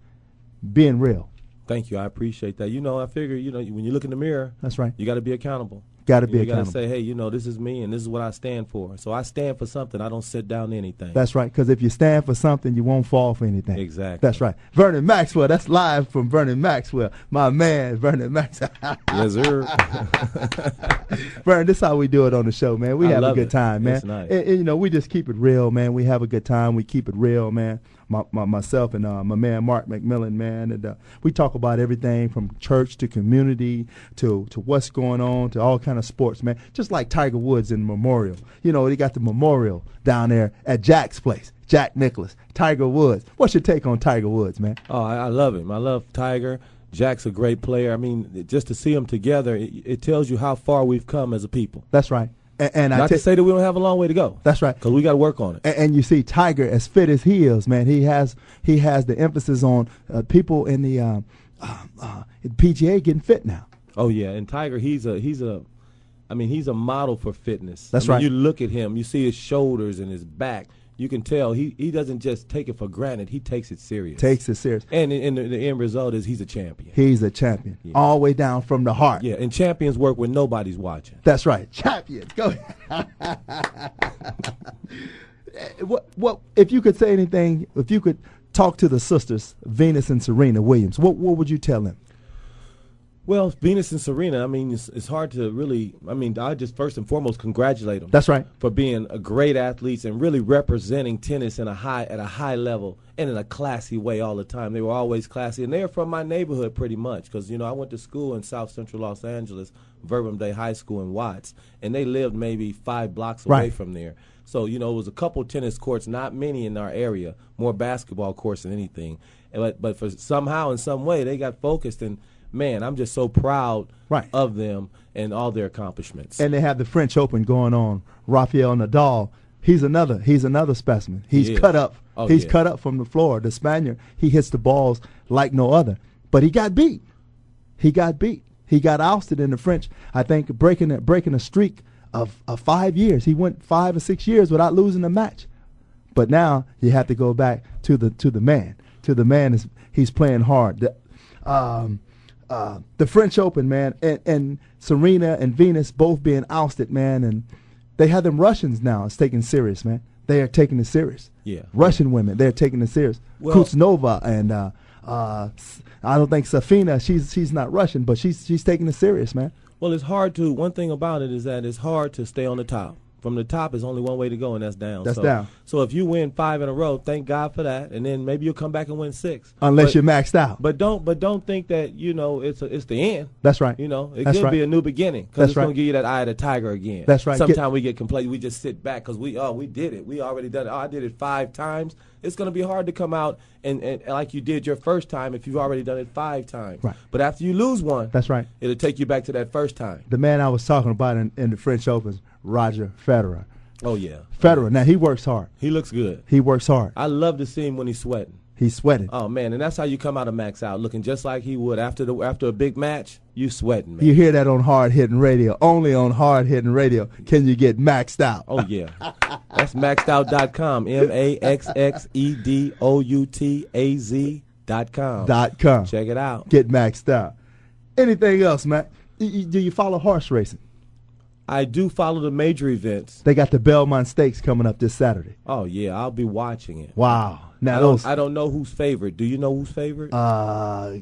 E: being real.
M: Thank you. I appreciate that. You know, I figure, you know, when you look in the mirror,
E: That's right.
M: You got to be accountable.
E: Gotta be
M: you
E: accountable.
M: got to say, hey, you know, this is me and this is what I stand for. So I stand for something. I don't sit down to anything.
E: That's right, because if you stand for something, you won't fall for anything.
M: Exactly.
E: That's right. Vernon Maxwell, that's live from Vernon Maxwell, my man, Vernon Maxwell.
M: Yes, sir.
E: Vernon, this is how we do it on the show, man. We
M: I
E: have a
M: love
E: good
M: it.
E: time, man.
M: It's nice.
E: And- and, you know, we just keep it real, man. We have a good time. We keep it real, man. My, my, myself and uh, my man Mark McMillan, man, and uh, we talk about everything from church to community to to what's going on to all kind of sports, man. Just like Tiger Woods in Memorial, you know, they got the memorial down there at Jack's place. Jack Nicholas, Tiger Woods. What's your take on Tiger Woods, man?
M: Oh, I, I love him. I love Tiger. Jack's a great player. I mean, just to see them together, it, it tells you how far we've come as a people.
E: That's right. And, and
M: Not
E: I
M: to
E: tell-
M: say that we don't have a long way to go.
E: That's right.
M: Because we got to work on it.
E: A- And, you see Tiger as fit as he is, man. He has he has the emphasis on uh, people in the um, uh, uh, PGA getting fit now.
M: Oh yeah, and Tiger, he's a he's a, I mean, he's a model for fitness.
E: That's
M: I mean,
E: right.
M: You look at him, you see his shoulders and his back. You can tell he, he doesn't just take it for granted. He takes it serious.
E: Takes it serious.
M: And and the, the end result is he's a champion.
E: He's a champion, all the way down from the heart.
M: Yeah, and champions work when nobody's watching.
E: That's right, champion. Go. ahead. Eh, what what if you could say anything? If you could talk to the sisters Venus and Serena Williams, what what would you tell them?
M: Well, Venus and Serena, I mean, it's, it's hard to really. I mean, I just first and foremost congratulate them.
E: That's right.
M: for being a great athletes and really representing tennis in a high at a high level and in a classy way all the time. They were always classy, and they're from my neighborhood pretty much because you know I went to school in South Central Los Angeles, Verbum Day High School in Watts, and they lived maybe five blocks away
E: Right.
M: from there. So you know it was a couple tennis courts, not many in our area, more basketball courts than anything. And But but for somehow in some way they got focused and man, I'm just so proud of them and all their accomplishments.
E: And they have the French Open going on. Rafael Nadal, he's another. He's another specimen. He's
M: He is.
E: cut up.
M: Oh,
E: he's
M: yeah.
E: cut up from the floor. The Spaniard, he hits the balls like no other. But he got beat. He got beat. He got ousted in the French. I think breaking a, breaking a streak of, of five years. He went five or six years without losing a match. But now you have to go back to the to the man. To the man is he's playing hard. The, um, uh, the French Open, man, and, and Serena and Venus both being ousted, man, and they have them Russians now. It's taken serious, man. They are taking it serious.
M: Yeah.
E: Russian women, they're taking it serious.
M: Well-
E: Kuznova and uh, uh, S- I don't think Safina. She's she's not Russian, but she's she's taking it serious, man.
M: Well, it's hard to. One thing about it is that it's hard to stay on the top. From the top is only one way to go, and that's down.
E: That's
M: so,
E: down.
M: So if you win five in a row, thank God for that, and then maybe you'll come back and win six.
E: Unless
M: But-
E: you're maxed out.
M: But don't. But don't think that you know it's a, it's the end.
E: That's right.
M: You know it
E: That's
M: could
E: right.
M: be a new beginning because
E: That's
M: it's
E: right.
M: gonna give you that eye of the tiger again.
E: That's right. Get-
M: Sometimes we get complacent. We just sit back because we oh we did it. We already done it. Oh, I did it five times. It's gonna be hard to come out and, and like you did your first time if you've already done it five times. Right. But after you lose one,
E: That's right.
M: it'll take you back to that first time.
E: The man I was talking about in, in the French Open, Roger Federer.
M: Oh yeah.
E: Federer. Now he works hard.
M: He looks good.
E: He works hard.
M: I love to see him when he's sweating.
E: He's sweating.
M: Oh man, and that's how you come out of max out looking just like he would after the after a big match. You sweating, man.
E: You hear that on Hard Hitting Radio. Only on Hard Hitting Radio can you get maxed out.
M: Oh yeah. That's maxedout.com. M A X X E D O U T A Z dot com.
E: Dot com.
M: Check it out.
E: Get maxed out. Anything else, Mac? Y- y- Do you follow horse racing?
M: I do follow the major events.
E: They got the Belmont Stakes coming up this Saturday.
M: Oh yeah, I'll be watching it.
E: Wow. Now
M: I don't,
E: those
M: I don't know who's favored. Do you know who's favored?
E: uh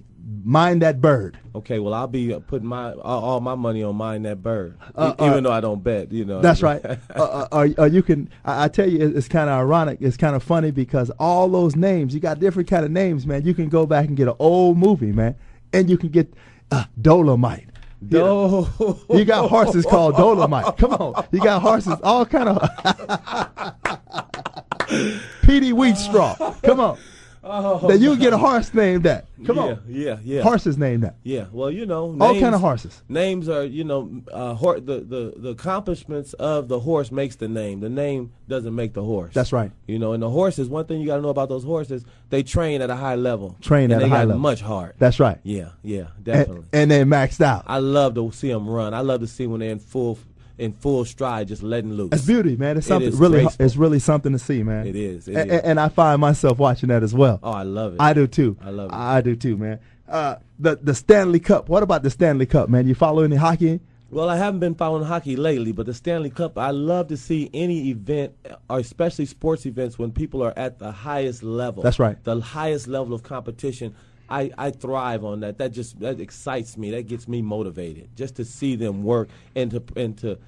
E: mind that bird.
M: Okay, well I'll be uh, putting my all, all my money on mine that bird,
E: Uh,
M: E- even
E: uh,
M: though I don't bet. You know
E: That's right. uh, uh, or, or you can. I, I tell you, it- it's kind of ironic. It's kind of funny because all those names, you got different kind of names, man. You can go back and get an old movie, man, and you can get uh, Dolomite. You know, You got horses called Dolomite. Come on, you got horses, all kind of. Petey Wheatstraw. Come on.
M: Oh.
E: Now you can get a horse named that. Come
M: yeah,
E: on.
M: Yeah, yeah.
E: Horses named that.
M: Yeah, well, you know,
E: All kind of horses.
M: Names are, you know, uh, hor- the, the the accomplishments of the horse makes the name. The name doesn't make the horse.
E: That's right.
M: You know, and the horses. One thing you got to know about those horses, they train at a high level.
E: Train
M: And
E: at
M: they
E: a high
M: got
E: level.
M: Much hard.
E: That's right.
M: Yeah, yeah, definitely.
E: And, and they maxed out.
M: I love to see them run. I love to see when they're in full in full stride, just letting loose.
E: It's beauty, man. It's
M: It
E: something
M: is
E: really.
M: graceful.
E: It's really something to see, man.
M: It is, it
E: A- a- and,
M: is.
E: I find myself watching that as well.
M: Oh, I love it.
E: I do too.
M: I love it.
E: I do too, man. Uh, the the Stanley Cup. What about the Stanley Cup, man? You follow any hockey?
M: Well, I haven't been following hockey lately, but the Stanley Cup, I love to see any event, or especially sports events, when people are at the highest level.
E: That's right.
M: The highest level of competition. I, I thrive on that. That just that excites me. That gets me motivated just to see them work and to and to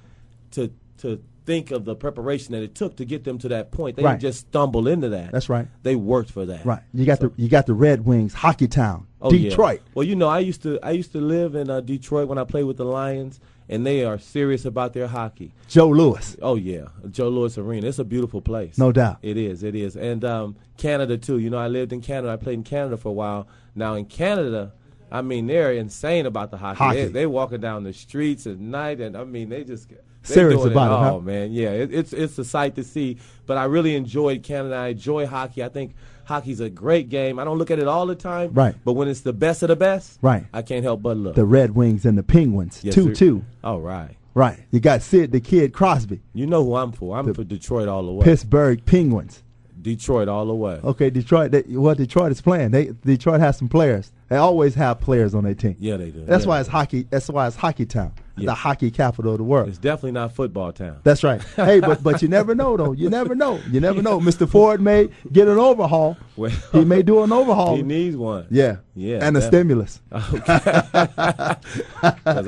M: to to think of the preparation that it took to get them to that point. They
E: Right.
M: didn't just stumble into that.
E: That's right.
M: They worked for that.
E: Right. You got the you got the Red Wings, Hockey Town,
M: Oh, yeah.
E: Detroit.
M: Well, you know, I used to I used to live in uh, Detroit when I played with the Lions, and they are serious about their hockey.
E: Joe Lewis.
M: Oh yeah, Joe Louis Arena. It's a beautiful place.
E: No doubt.
M: It is. It is. And um, Canada too. You know, I lived in Canada. I played in Canada for a while. Now in Canada, I mean, they're insane about the hockey.
E: Hockey.
M: They, they walking down the streets at night, and I mean, they just they're
E: Serious
M: doing
E: about it,
M: all,
E: huh?
M: man. Yeah, it, it's it's a sight to see. But I really enjoyed Canada. I enjoy hockey. I think hockey's a great game. I don't look at it all the time.
E: Right.
M: But when it's the best of the best,
E: Right.
M: I can't help but look.
E: The Red Wings and the Penguins.
M: Yes, sir.
E: two two.
M: All right.
E: Right. You got Sid the Kid Crosby,
M: You know who I'm for. I'm for Detroit all the way.
E: Pittsburgh Penguins.
M: Detroit all the way.
E: Okay, Detroit. They, well, Detroit is playing. They Detroit has some players. They always have players on their team.
M: Yeah, they do.
E: That's
M: Yeah.
E: why it's hockey. That's why it's hockey town, the hockey capital of the world.
M: It's definitely not football town.
E: That's right. Hey, but but you never know though. You never know. You never know. Mr. Ford may get an overhaul.
M: Well,
E: he may do an overhaul.
M: He needs one.
E: Yeah.
M: Yeah.
E: And a stimulus.
M: Because,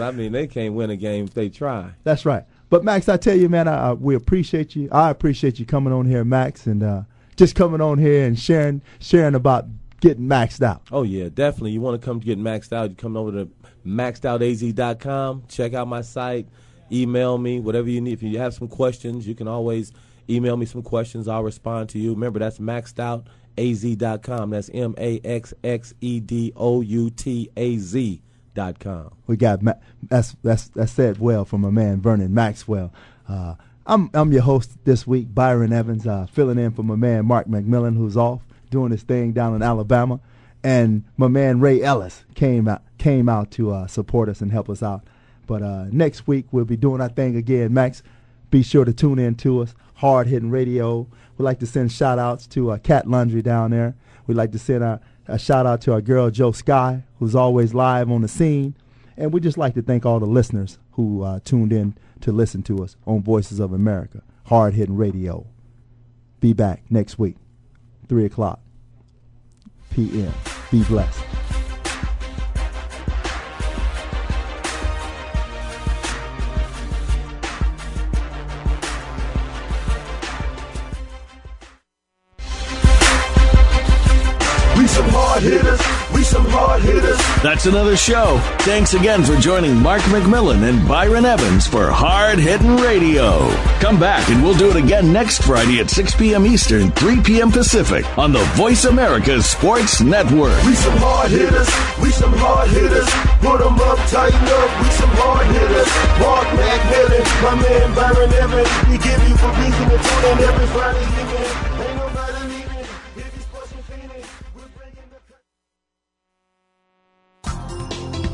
M: I mean, they can't win a game if they try.
E: That's right. But Max, I tell you, man, I, I, we appreciate you. I appreciate you coming on here, Max, and uh, just coming on here and sharing sharing about getting maxed out.
M: Oh, yeah, definitely. You want to come to get maxed out, you come over to maxedoutaz.com. Check out my site. Email me, whatever you need. If you have some questions, you can always email me some questions. I'll respond to you. Remember, that's maxedoutaz.com. That's M A X X E D O U T A Z dot com.
E: We got Ma- that's that's that's said well from my man Vernon Maxwell. Uh, I'm I'm your host this week, Byron Evans, uh, filling in for my man Mark McMillan, who's off doing his thing down in Alabama, and my man Ray Ellis came out came out to uh, support us and help us out. But uh, next week we'll be doing our thing again, Max. Be sure to tune in to us, Hard Hitting Radio. We'd like to send shout outs to uh, Cat Laundry down there. We'd like to send a, a shout out to our girl Joe Sky, who's always live on the scene. And we'd just like to thank all the listeners who uh, tuned in to listen to us on Voices of America, Hard Hitting Radio. Be back next week, 3 o'clock p.m. Be blessed.
C: We some hard hitters. We some hard hitters.
D: That's another show. Thanks again for joining Mark McMillan and Byron Evans for Hard Hitting Radio. Come back and we'll do it again next Friday at 6 p.m. Eastern, 3 p.m. Pacific on the Voice America Sports Network.
C: We some hard hitters. We some hard hitters. Put 'em up, tighten up. We some hard hitters. Mark McMillan, my man Byron Evans. We give you a reason to tune in every Friday evening. Ain't nobody leaving. If you sports and Phoenix, we're bringing the